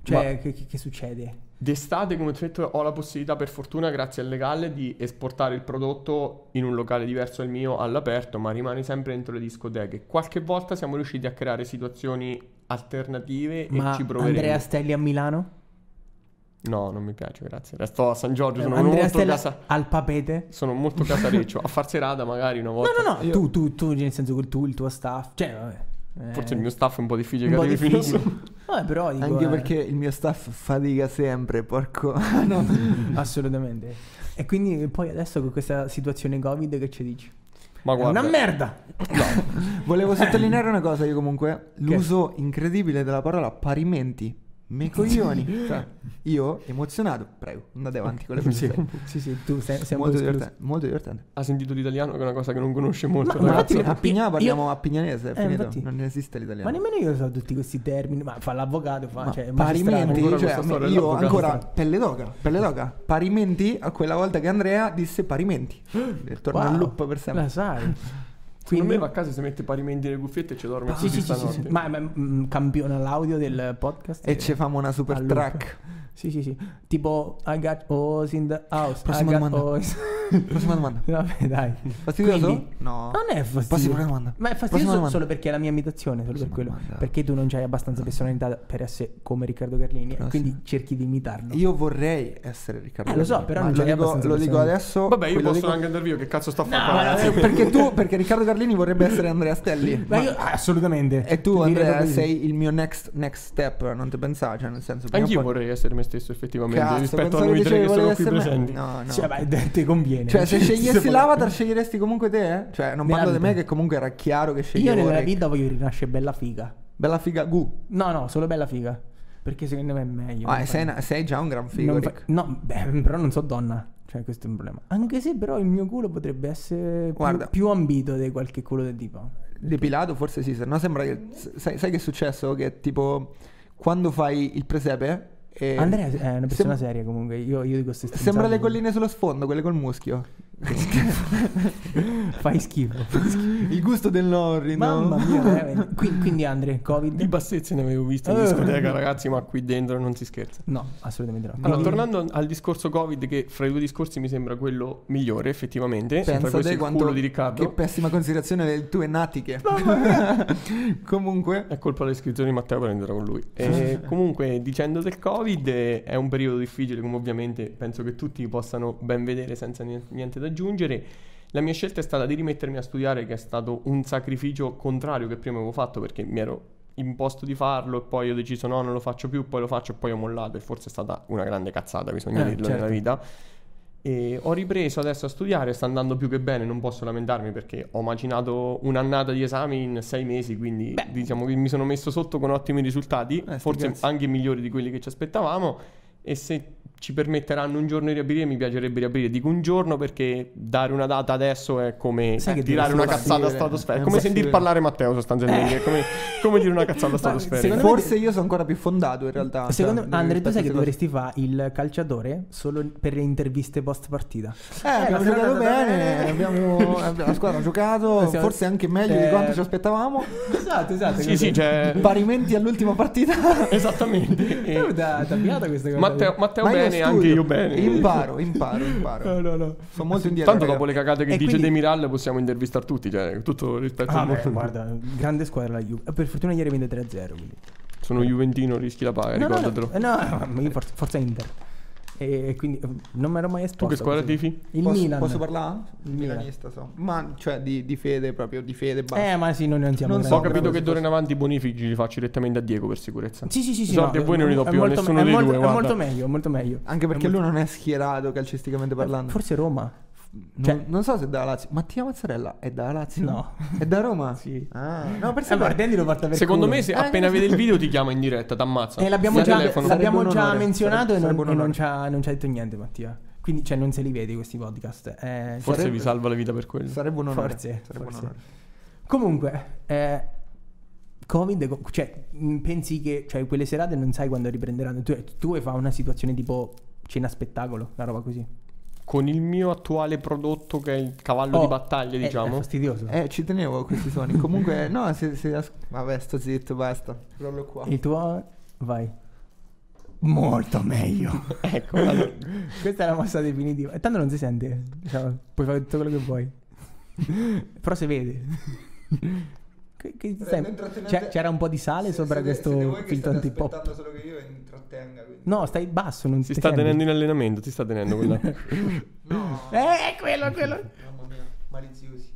Speaker 2: Cioè, che, che- che succede?
Speaker 1: D'estate, come ti ho detto, ho la possibilità, per fortuna, grazie al legale, di esportare il prodotto in un locale diverso dal mio all'aperto, ma rimane sempre dentro le discoteche. Qualche volta siamo riusciti a creare situazioni alternative
Speaker 2: Ma
Speaker 1: e ci proveremo.
Speaker 2: Andrea Stelli a Milano?
Speaker 1: No, non mi piace, grazie. Resto a San Giorgio, sono
Speaker 2: Eh, Andrea
Speaker 1: molto,
Speaker 2: Stella
Speaker 1: casa-
Speaker 2: al papete?
Speaker 1: sono molto casareccio. a far serata magari una volta.
Speaker 2: No, no, no, tu, tu, tu, nel senso col tu, il tuo staff. Cioè, vabbè. eh,
Speaker 1: Forse il mio staff è un po' difficile
Speaker 2: un
Speaker 1: che
Speaker 2: po'
Speaker 1: arrivi fino a
Speaker 2: difficile.
Speaker 1: su.
Speaker 2: Vabbè, però dico,
Speaker 3: Anche
Speaker 2: eh,
Speaker 3: perché il mio staff fatica sempre, porco. No.
Speaker 2: Assolutamente. E quindi poi adesso con questa situazione Covid che ci dici?
Speaker 1: Ma
Speaker 2: È
Speaker 1: guarda,
Speaker 2: Una merda!
Speaker 3: Volevo sottolineare una cosa io comunque, l'uso incredibile della parola parimenti. Me coglioni. Cioè, io emozionato, prego, andate avanti con le persone.
Speaker 2: Sì, sì, tu sei, sei un po'
Speaker 3: molto,
Speaker 2: escluso.
Speaker 3: divertente, molto divertente.
Speaker 1: ha sentito l'italiano che è una cosa che non conosce molto.
Speaker 2: Ma
Speaker 1: ragazzi.
Speaker 2: infatti-
Speaker 3: Ragazzi, a Pignà
Speaker 2: io-
Speaker 3: parliamo a pignanese, è
Speaker 2: Eh,
Speaker 3: finito.
Speaker 2: infatti.
Speaker 3: Non esiste l'italiano.
Speaker 2: Ma nemmeno io so tutti questi termini, ma fa l'avvocato, fa
Speaker 3: Ma
Speaker 2: cioè, il
Speaker 3: parimenti,
Speaker 1: ancora
Speaker 3: cioè,
Speaker 1: questa storia
Speaker 3: io
Speaker 1: dell'avvocato.
Speaker 3: ancora pelle d'oca, pelle d'oca. Parimenti a quella volta che Andrea disse parimenti. E Torna
Speaker 2: Wow,
Speaker 3: al loop per sempre.
Speaker 2: La sai.
Speaker 1: Secondo
Speaker 2: Quindi- Ah,
Speaker 1: me va a casa si mette parimenti nelle cuffiette e ci dorme
Speaker 2: Sì,
Speaker 1: così
Speaker 2: sì, sì, sì,
Speaker 1: stanotte.
Speaker 2: sì. Ma, ma, mm, campiona l'audio del podcast.
Speaker 3: E ci famo una super
Speaker 2: al loop. Ah,
Speaker 3: track.
Speaker 2: Sì, sì, sì. Tipo I got O's in the house.
Speaker 3: Prossima
Speaker 2: I got
Speaker 3: domanda.
Speaker 2: O's.
Speaker 3: Prossima domanda.
Speaker 2: Vabbè, dai.
Speaker 3: Fastidioso?
Speaker 2: oh, Quindi- Ah,
Speaker 3: no.
Speaker 2: Non è fastidioso.
Speaker 3: Prossima domanda.
Speaker 2: Ma è
Speaker 3: Prossima
Speaker 2: fastidioso
Speaker 3: domanda.
Speaker 2: solo perché è la mia imitazione, solo per
Speaker 3: Prossima
Speaker 2: quello.
Speaker 3: domanda. Ah.
Speaker 2: Perché tu non hai abbastanza personalità per essere come Riccardo Carlini. E
Speaker 3: Prossima.
Speaker 2: quindi cerchi di imitarlo.
Speaker 3: Io vorrei essere Riccardo.
Speaker 2: Eh, lo so,
Speaker 3: Carlini,
Speaker 2: però
Speaker 3: ma lo
Speaker 2: non ce l'hai
Speaker 3: dico,
Speaker 2: abbastanza
Speaker 3: lo dico
Speaker 2: personale.
Speaker 3: adesso.
Speaker 1: Vabbè, io
Speaker 3: poi lo
Speaker 1: posso
Speaker 3: dico-
Speaker 1: anche Ah, andare via, che cazzo sto a
Speaker 2: No, ma-
Speaker 1: fare?
Speaker 3: Eh, perché tu, perché Riccardo Carlini vorrebbe essere Andrea Stelli.
Speaker 2: Ma
Speaker 3: ma-
Speaker 2: io- ah, assolutamente.
Speaker 3: E tu,
Speaker 2: Ti direi
Speaker 3: Andrea,
Speaker 2: proprio di sì.
Speaker 3: sei il mio next, next step, non te pensare, cioè nel senso... prima o
Speaker 1: Anch'io
Speaker 3: poi-
Speaker 1: vorrei essere me stesso effettivamente
Speaker 3: Cazzo,
Speaker 1: rispetto a
Speaker 3: pensavo
Speaker 1: noi tre
Speaker 3: dicevi
Speaker 1: che sono
Speaker 3: volevi
Speaker 1: qui
Speaker 3: essere me.
Speaker 1: presenti.
Speaker 3: No, no.
Speaker 2: Cioè, ma te- te conviene.
Speaker 3: Cioè, se scegliessi
Speaker 2: Sì,
Speaker 3: l'avatar, sceglieresti comunque te? eh? Cioè, non parlo di
Speaker 2: Nell'ambito.
Speaker 3: me, che comunque era chiaro che
Speaker 2: Io
Speaker 3: sceglievo.
Speaker 2: nella
Speaker 3: Rick.
Speaker 2: vita voglio rinascere bella figa.
Speaker 3: Bella figa, gu.
Speaker 2: No, no, solo bella figa. Perché secondo me è meglio.
Speaker 3: Ah,
Speaker 2: Non
Speaker 3: sei,
Speaker 2: fa-
Speaker 3: una- sei già un gran figo.
Speaker 2: non fa-
Speaker 3: Rick.
Speaker 2: No, beh, però non so donna. Cioè, questo è un problema. Anche se però il mio culo potrebbe essere più-
Speaker 3: Guarda.
Speaker 2: più, ambito di qualche culo del tipo.
Speaker 3: Depilato, forse sì, se no sembra che. Sai, sai che è successo? Che tipo, quando fai il presepe. e-
Speaker 2: Andrea eh, è una persona
Speaker 3: sem-
Speaker 2: seria comunque. Io, io dico queste
Speaker 3: Eh, Sembra le
Speaker 2: stronzate.
Speaker 3: colline sullo sfondo, quelle col muschio.
Speaker 2: Fai schifo.
Speaker 3: il gusto del Norri, no?
Speaker 2: Mamma mia, veramente. Qui- quindi Andre, Covid?
Speaker 1: Di bassezze ne avevo viste in
Speaker 2: Eh.
Speaker 1: discoteca, ragazzi, ma qui dentro non si scherza.
Speaker 2: No, assolutamente no.
Speaker 1: Allora,
Speaker 2: Quindi-
Speaker 1: tornando al discorso Covid, che fra i due discorsi mi sembra quello migliore, effettivamente. fra
Speaker 3: Pensa
Speaker 1: questo e
Speaker 3: te
Speaker 1: il
Speaker 3: quanto.
Speaker 1: culo di
Speaker 3: Che
Speaker 1: Riccardo.
Speaker 3: pessima considerazione delle tue natiche. comunque.
Speaker 1: È colpa delle iscrizioni di Matteo prendere con lui. E comunque, dicendo del Covid, eh, è un periodo difficile, come ovviamente penso che tutti possano ben vedere senza ni- niente da aggiungere. La mia scelta è stata di rimettermi a studiare, che è stato un sacrificio contrario che prima avevo fatto perché mi ero imposto di farlo e poi ho deciso no, non lo faccio più, poi lo faccio e poi ho mollato e forse è stata una grande cazzata, bisogna
Speaker 2: Eh,
Speaker 1: dirlo
Speaker 2: certo.
Speaker 1: nella vita. E ho ripreso adesso a studiare, sta andando più che bene, non posso lamentarmi perché ho macinato un'annata di esami in sei mesi, quindi diciamo che mi sono messo sotto con ottimi risultati,
Speaker 2: Eh,
Speaker 3: sti
Speaker 1: forse
Speaker 3: cazzi.
Speaker 1: anche migliori di quelli che ci aspettavamo. E se ci permetteranno un giorno di riaprire, mi piacerebbe riaprire. Dico un giorno perché dare una data adesso è come
Speaker 2: Sai che
Speaker 1: tirare una
Speaker 3: dovresti
Speaker 1: cazzata
Speaker 3: partire,
Speaker 1: stratosferica.
Speaker 3: eh,
Speaker 1: È come
Speaker 3: dovresti
Speaker 1: sentir
Speaker 3: partire.
Speaker 1: parlare Matteo sostanzialmente, è come, come dire una cazzata stratosferica.
Speaker 2: Eh. secondo me-
Speaker 3: Forse io sono ancora più fondato in realtà.
Speaker 2: Secondo
Speaker 3: cioè,
Speaker 2: me, Andre, tu
Speaker 3: rispetto
Speaker 2: sai che
Speaker 3: a queste
Speaker 2: dovresti fare il calciatore solo per le interviste post partita.
Speaker 3: cose. Eh, abbiamo giocato
Speaker 2: eh.
Speaker 3: bene, abbiamo, abbiamo- la squadra ha giocato,
Speaker 2: Siamo-
Speaker 3: forse anche meglio
Speaker 2: eh,
Speaker 3: di quanto ci aspettavamo.
Speaker 2: Esatto, esatto.
Speaker 1: Sì, sì, cioè,
Speaker 3: Parimenti all'ultima partita.
Speaker 1: esattamente.
Speaker 2: Eh,
Speaker 1: E-
Speaker 2: questa cosa.
Speaker 1: Matteo, Matteo
Speaker 3: Ma io
Speaker 1: bene,
Speaker 3: studio,
Speaker 1: anche io bene.
Speaker 3: Imparo, imparo, imparo.
Speaker 2: No, no, no.
Speaker 3: Sono molto indietro.
Speaker 1: Tanto
Speaker 3: raga.
Speaker 1: dopo le cagate che
Speaker 2: E
Speaker 1: dice
Speaker 2: quindi-
Speaker 1: De Miral possiamo intervistare tutti, cioè tutto rispetto
Speaker 2: Ah,
Speaker 1: al
Speaker 2: beh,
Speaker 1: mondo.
Speaker 2: guarda, grande squadra la Juve. Eh, Per fortuna ieri vende 3-0. Quindi.
Speaker 1: Sono Juventino, rischi la paga,
Speaker 2: no, Eh, no, no,
Speaker 1: ricordatelo.
Speaker 2: no, no, ma io forza, forza Inter. E quindi eh, non mi ero mai esposto.
Speaker 1: Tu che squadra
Speaker 2: così.
Speaker 1: tifi?
Speaker 2: Il
Speaker 3: posso,
Speaker 2: Milan.
Speaker 3: Posso parlare?
Speaker 2: Il Milan.
Speaker 3: Milanista, so. Ma, cioè, di, di fede, proprio di fede, basta.
Speaker 2: Eh, ma sì, noi non siamo
Speaker 3: Non
Speaker 2: grandi.
Speaker 3: so,
Speaker 1: Ho capito
Speaker 3: bravo,
Speaker 1: che
Speaker 3: se
Speaker 1: d'ora in avanti i bonifici li faccio direttamente a Diego per sicurezza.
Speaker 2: Sì, sì, sì, sì.
Speaker 1: Soldi
Speaker 2: no,
Speaker 1: a voi non li do
Speaker 2: è
Speaker 1: più a
Speaker 2: molto-
Speaker 1: nessuno
Speaker 2: è
Speaker 1: dei
Speaker 2: molto-
Speaker 1: due,
Speaker 2: È
Speaker 1: guarda.
Speaker 2: molto meglio, è molto meglio.
Speaker 3: Anche perché
Speaker 2: È
Speaker 3: lui non è schierato calcisticamente parlando.
Speaker 2: Eh, Forse Roma.
Speaker 3: non-
Speaker 2: Cioè-
Speaker 3: non so se è da Lazio. Mattia Mazzarella è da Lazio?
Speaker 2: No.
Speaker 3: È da Roma?
Speaker 2: Sì.
Speaker 3: Ah, no, per
Speaker 2: Eh,
Speaker 3: sapere.
Speaker 2: Bardelli lo porta per
Speaker 1: Secondo
Speaker 2: culo.
Speaker 1: me, se
Speaker 3: Eh.
Speaker 1: appena vede il video, ti chiama in diretta, t'ammazza.
Speaker 2: E Eh, l'abbiamo
Speaker 1: Al
Speaker 2: già,
Speaker 1: telefono.
Speaker 3: sarebbe
Speaker 2: l'abbiamo
Speaker 3: un
Speaker 2: già
Speaker 3: onore,
Speaker 2: menzionato
Speaker 3: sarebbe-
Speaker 2: e
Speaker 3: sarebbe
Speaker 2: non,
Speaker 3: un
Speaker 2: e non
Speaker 3: onore.
Speaker 2: ci ha non ci ha detto niente Mattia. Quindi cioè, non se li vede questi podcast. Eh,
Speaker 1: Forse
Speaker 2: sarebbe-
Speaker 1: vi salva la vita per quello.
Speaker 3: Sarebbe un onore.
Speaker 2: Forse,
Speaker 3: Sarebbe un
Speaker 2: forse.
Speaker 3: onore.
Speaker 2: Comunque, eh, Covid, co- cioè, mh, pensi che cioè, quelle serate non sai quando riprenderanno. Tu, tu vuoi fare una situazione tipo cena spettacolo, una roba così.
Speaker 1: Con il mio attuale prodotto, che è il cavallo
Speaker 2: Oh,
Speaker 1: di battaglia,
Speaker 2: è- È,
Speaker 1: diciamo.
Speaker 2: fastidioso.
Speaker 3: Eh, ci tenevo a questi suoni. Comunque, no, se, se as- Vabbè, sto zitto, basta. Crollo qua.
Speaker 2: Il tuo vai. Molto meglio.
Speaker 1: ecco, allora,
Speaker 2: Questa è la mossa definitiva. E tanto non si sente. Diciamo, puoi fare tutto quello che vuoi. Però si vede. Che- che stai-
Speaker 3: non trattenete-
Speaker 2: c'è- c'era un po' di sale sopra questo filtro antipop.
Speaker 3: solo che io intrattenga, quindi.
Speaker 2: No, stai basso, non
Speaker 1: si
Speaker 2: ti
Speaker 1: sta
Speaker 2: senti.
Speaker 1: tenendo in allenamento, ti sta tenendo quella.
Speaker 3: No.
Speaker 2: Eh, quello, quello.
Speaker 3: Mamma mia, maliziosi.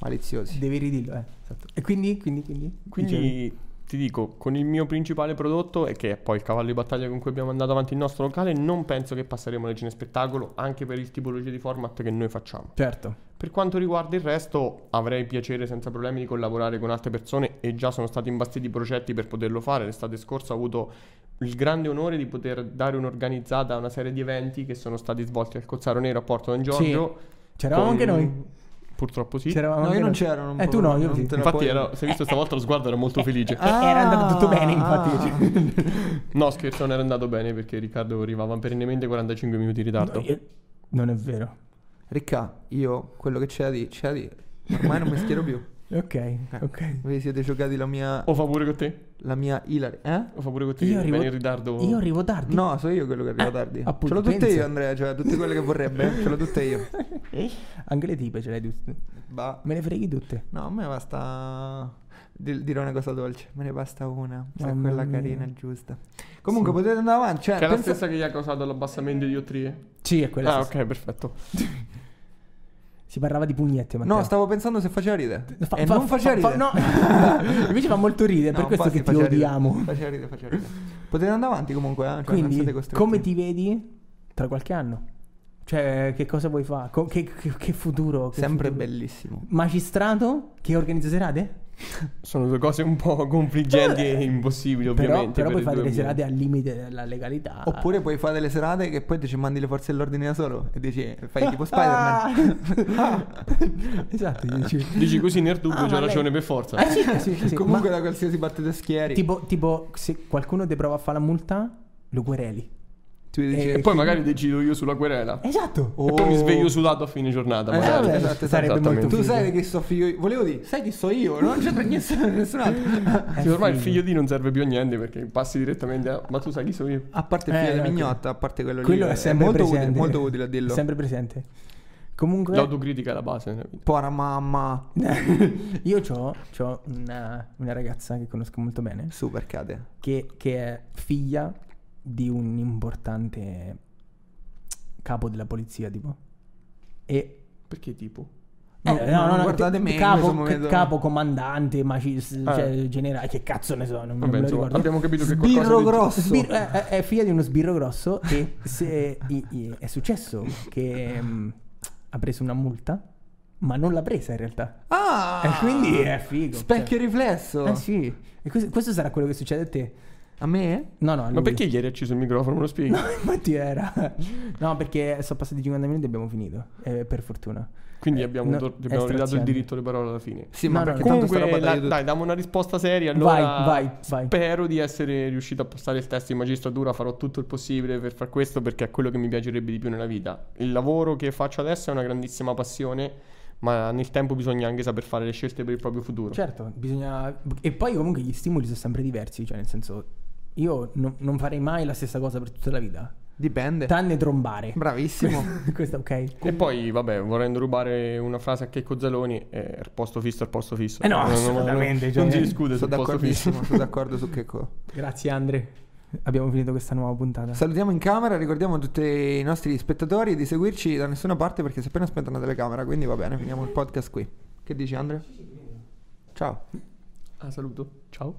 Speaker 3: Maliziosi.
Speaker 2: Devi ridirlo, eh. esatto. E quindi, quindi, quindi. Dicevi?
Speaker 1: Quindi ti dico, con il mio principale prodotto, e che è poi il cavallo di battaglia con cui abbiamo andato avanti il nostro locale, non penso che passeremo alle cine spettacolo, anche per il tipologia di format che noi facciamo.
Speaker 2: certo.
Speaker 1: Per quanto riguarda il resto, avrei piacere senza problemi di collaborare con altre persone e già sono stati imbastiti progetti per poterlo fare. L'estate scorsa ho avuto il grande onore di poter dare un'organizzata a una serie di eventi che sono stati svolti al Cozzaro Nero a Porto San Giorgio.
Speaker 2: C'eravamo
Speaker 1: con-
Speaker 2: anche noi.
Speaker 1: Purtroppo sì.
Speaker 2: C'eravamo
Speaker 3: No,
Speaker 2: anche
Speaker 3: io non
Speaker 2: noi.
Speaker 3: c'ero. Non
Speaker 2: Eh, tu no, io
Speaker 3: non
Speaker 2: sì.
Speaker 3: te la
Speaker 1: Infatti,
Speaker 3: puoi-
Speaker 1: ero- cioè, se hai visto stavolta lo sguardo era molto felice.
Speaker 3: Ah,
Speaker 2: Era andato tutto bene, infatti.
Speaker 3: ah.
Speaker 1: No, scherzo, non era andato bene perché Riccardo arrivava perennemente 45 minuti in ritardo.
Speaker 2: No, io- Non è vero.
Speaker 3: Ricca, io quello che c'è da dire, c'è da dire. Ormai non mi schiero più. Eh.
Speaker 2: Ok, ok.
Speaker 3: Vi siete giocati la mia.
Speaker 1: O fa pure con te?
Speaker 3: La mia Hilary. Eh?
Speaker 1: O fa pure con te?
Speaker 2: Io
Speaker 1: che
Speaker 2: arrivo-
Speaker 1: vieni in ritardo.
Speaker 2: Io arrivo tardi.
Speaker 3: No, sono io quello che arriva
Speaker 2: Ah,
Speaker 3: tardi.
Speaker 2: appunto,
Speaker 3: ce l'ho tutte
Speaker 2: pensa.
Speaker 3: io, Andrea. Cioè, tutte quelle che vorrebbe. ce l'ho tutte io.
Speaker 2: Anche le tipe ce le hai tutte.
Speaker 3: Bah.
Speaker 2: Me le freghi tutte.
Speaker 3: No, a me basta. di- Dirò una cosa dolce, me ne basta una. È
Speaker 2: Mamma
Speaker 3: quella
Speaker 2: mia.
Speaker 3: carina, giusta. Comunque potete andare avanti. Cioè,
Speaker 1: Che è la
Speaker 3: pensa-
Speaker 1: stessa che gli ha causato l'abbassamento di O3?
Speaker 2: Sì, è quella.
Speaker 1: Ah,
Speaker 2: stessa.
Speaker 1: ok, perfetto.
Speaker 2: Si parlava di pugnette, ma
Speaker 3: No, stavo pensando se faceva ridere.
Speaker 2: Fa-
Speaker 3: e
Speaker 2: fa-
Speaker 3: non faceva
Speaker 2: fa-
Speaker 3: ridere.
Speaker 2: fa- no. Invece fa molto ridere,
Speaker 3: No,
Speaker 2: per questo
Speaker 3: infatti
Speaker 2: che ti
Speaker 3: faceva ridere,
Speaker 2: odiamo.
Speaker 3: Faceva ridere, faceva ridere. Potete andare avanti comunque, eh? cioè, non siete
Speaker 2: Quindi,
Speaker 3: costretti.
Speaker 2: come ti vedi tra qualche anno? Cioè, che cosa vuoi fare? Co- che, che- che futuro? che
Speaker 3: Sempre
Speaker 2: futuro?
Speaker 3: bellissimo.
Speaker 2: Magistrato che organizza serate?
Speaker 1: Sono due cose un po' confliggenti e impossibili,
Speaker 2: Eh, Però,
Speaker 1: ovviamente.
Speaker 2: però
Speaker 1: per
Speaker 2: puoi
Speaker 1: i
Speaker 2: fare
Speaker 1: due
Speaker 2: delle
Speaker 1: ambienti.
Speaker 2: serate al limite della legalità.
Speaker 3: Oppure puoi fare delle serate che poi ti ci mandi le forze dell'ordine da solo e dici, fai tipo Spider-Man.
Speaker 2: Ah! esatto, dici.
Speaker 1: Dici così nel dubbio
Speaker 2: Ah,
Speaker 1: c'è
Speaker 2: ma lei-
Speaker 1: ragione per forza.
Speaker 2: Ah,
Speaker 3: Eh,
Speaker 2: sì, sì, sì, sì.
Speaker 3: Comunque
Speaker 2: Ma
Speaker 3: da qualsiasi parte te schieri.
Speaker 2: tipo, tipo, se qualcuno ti prova a fare la multa, lo quereli.
Speaker 3: tu dici,
Speaker 2: eh,
Speaker 1: E poi magari decido io sulla querela.
Speaker 2: Esatto.
Speaker 1: E poi mi
Speaker 3: Oh.
Speaker 1: sveglio sudato a fine giornata.
Speaker 3: Eh,
Speaker 1: magari.
Speaker 3: vabbè, esatto,
Speaker 2: sarebbe molto
Speaker 1: Esattamente.
Speaker 3: tu sai chi sto figlio io? Volevo dire, sai chi so io? Non c'entra nessun, nessun altro.
Speaker 2: eh,
Speaker 1: Sì, ormai il figlio di non serve più a niente perché passi direttamente a... Ma tu sai chi sono io?
Speaker 3: A parte il
Speaker 2: Eh,
Speaker 3: figlio
Speaker 2: no,
Speaker 3: di Mignotta, a parte esatto. quello,
Speaker 2: Quello
Speaker 3: lì. eh,
Speaker 2: è sempre
Speaker 3: molto
Speaker 2: presente.
Speaker 3: utile, molto utile a dirlo.
Speaker 2: Sempre presente. Comunque,
Speaker 1: L'autocritica è la base nella vita.
Speaker 3: Pora mamma.
Speaker 2: io c'ho, c'ho una, una ragazza che conosco molto bene,
Speaker 3: Super cade.
Speaker 2: che, che è figlia di un importante capo della polizia, tipo. E...
Speaker 1: Perché tipo?
Speaker 3: No,
Speaker 2: Eh,
Speaker 3: no, guardate me in questo
Speaker 2: capo,
Speaker 3: momento.
Speaker 2: capo comandante, macis,
Speaker 1: Ah.
Speaker 2: cioè, generale, che cazzo ne so, non, non
Speaker 1: Vabbè,
Speaker 2: me lo
Speaker 1: insomma,
Speaker 2: ricordo.
Speaker 1: abbiamo capito che qualcosa...
Speaker 3: Sbirro
Speaker 1: del-
Speaker 3: grosso.
Speaker 2: Sbirro- è, è figlia di uno sbirro grosso e se- i- i- è successo che mm, ha preso una multa, ma non l'ha presa in realtà.
Speaker 3: Ah!
Speaker 2: E quindi è figo.
Speaker 3: Specchio riflesso.
Speaker 2: cioè. Eh sì. E questo, questo sarà quello che succede a te.
Speaker 3: A me?
Speaker 2: No, no, a
Speaker 1: Ma
Speaker 2: lui.
Speaker 1: perché ieri ha acceso il microfono? Me lo spieghi?
Speaker 2: No, infatti era. No, perché sono passati 50 minuti e abbiamo finito. eh, per fortuna.
Speaker 1: Quindi
Speaker 2: Eh,
Speaker 1: abbiamo,
Speaker 2: no,
Speaker 1: tor-
Speaker 2: è
Speaker 1: abbiamo ridato il
Speaker 2: straziante.
Speaker 1: diritto alle parole alla fine.
Speaker 3: Sì,
Speaker 2: No,
Speaker 3: ma
Speaker 2: no,
Speaker 3: perché
Speaker 2: no.
Speaker 3: tanto sta
Speaker 1: Comunque,
Speaker 3: roba
Speaker 1: la-
Speaker 3: tagliata-
Speaker 1: dai, dammi una risposta seria. Allora,
Speaker 2: Vai, vai, vai.
Speaker 1: Spero di essere riuscito a passare il test in magistratura. Farò tutto il possibile per far questo perché è quello che mi piacerebbe di più nella vita. Il lavoro che faccio adesso è una grandissima passione. Ma nel tempo bisogna anche saper fare le scelte per il proprio futuro.
Speaker 2: Certo, bisogna. E poi comunque gli stimoli sono sempre diversi. Cioè, nel senso, io non- non farei mai la stessa cosa per tutta la vita.
Speaker 1: Eh.
Speaker 3: Dipende.
Speaker 2: Tranne trombare.
Speaker 3: Bravissimo.
Speaker 2: Questo, ok.
Speaker 1: E poi, vavabbè, vorrendo rubare una frase a Checco Zaloni, eh, il posto fisso è il posto fisso.
Speaker 2: Eh no,
Speaker 1: Non- non-
Speaker 2: assolutamente,
Speaker 1: Non,
Speaker 2: cioè,
Speaker 1: non si discute
Speaker 3: sono
Speaker 1: sul posto fisso.
Speaker 3: d'accordissimo, sono d'accordo su che cosa.
Speaker 2: Grazie Andre. Abbiamo finito questa nuova puntata.
Speaker 3: Salutiamo in camera, ricordiamo a tutti i nostri spettatori di seguirci da nessuna parte perché si è appena spenta una telecamera, quindi va bene, finiamo il podcast qui. Che dici Andrea? Ciao.
Speaker 1: Ah, saluto. Ciao.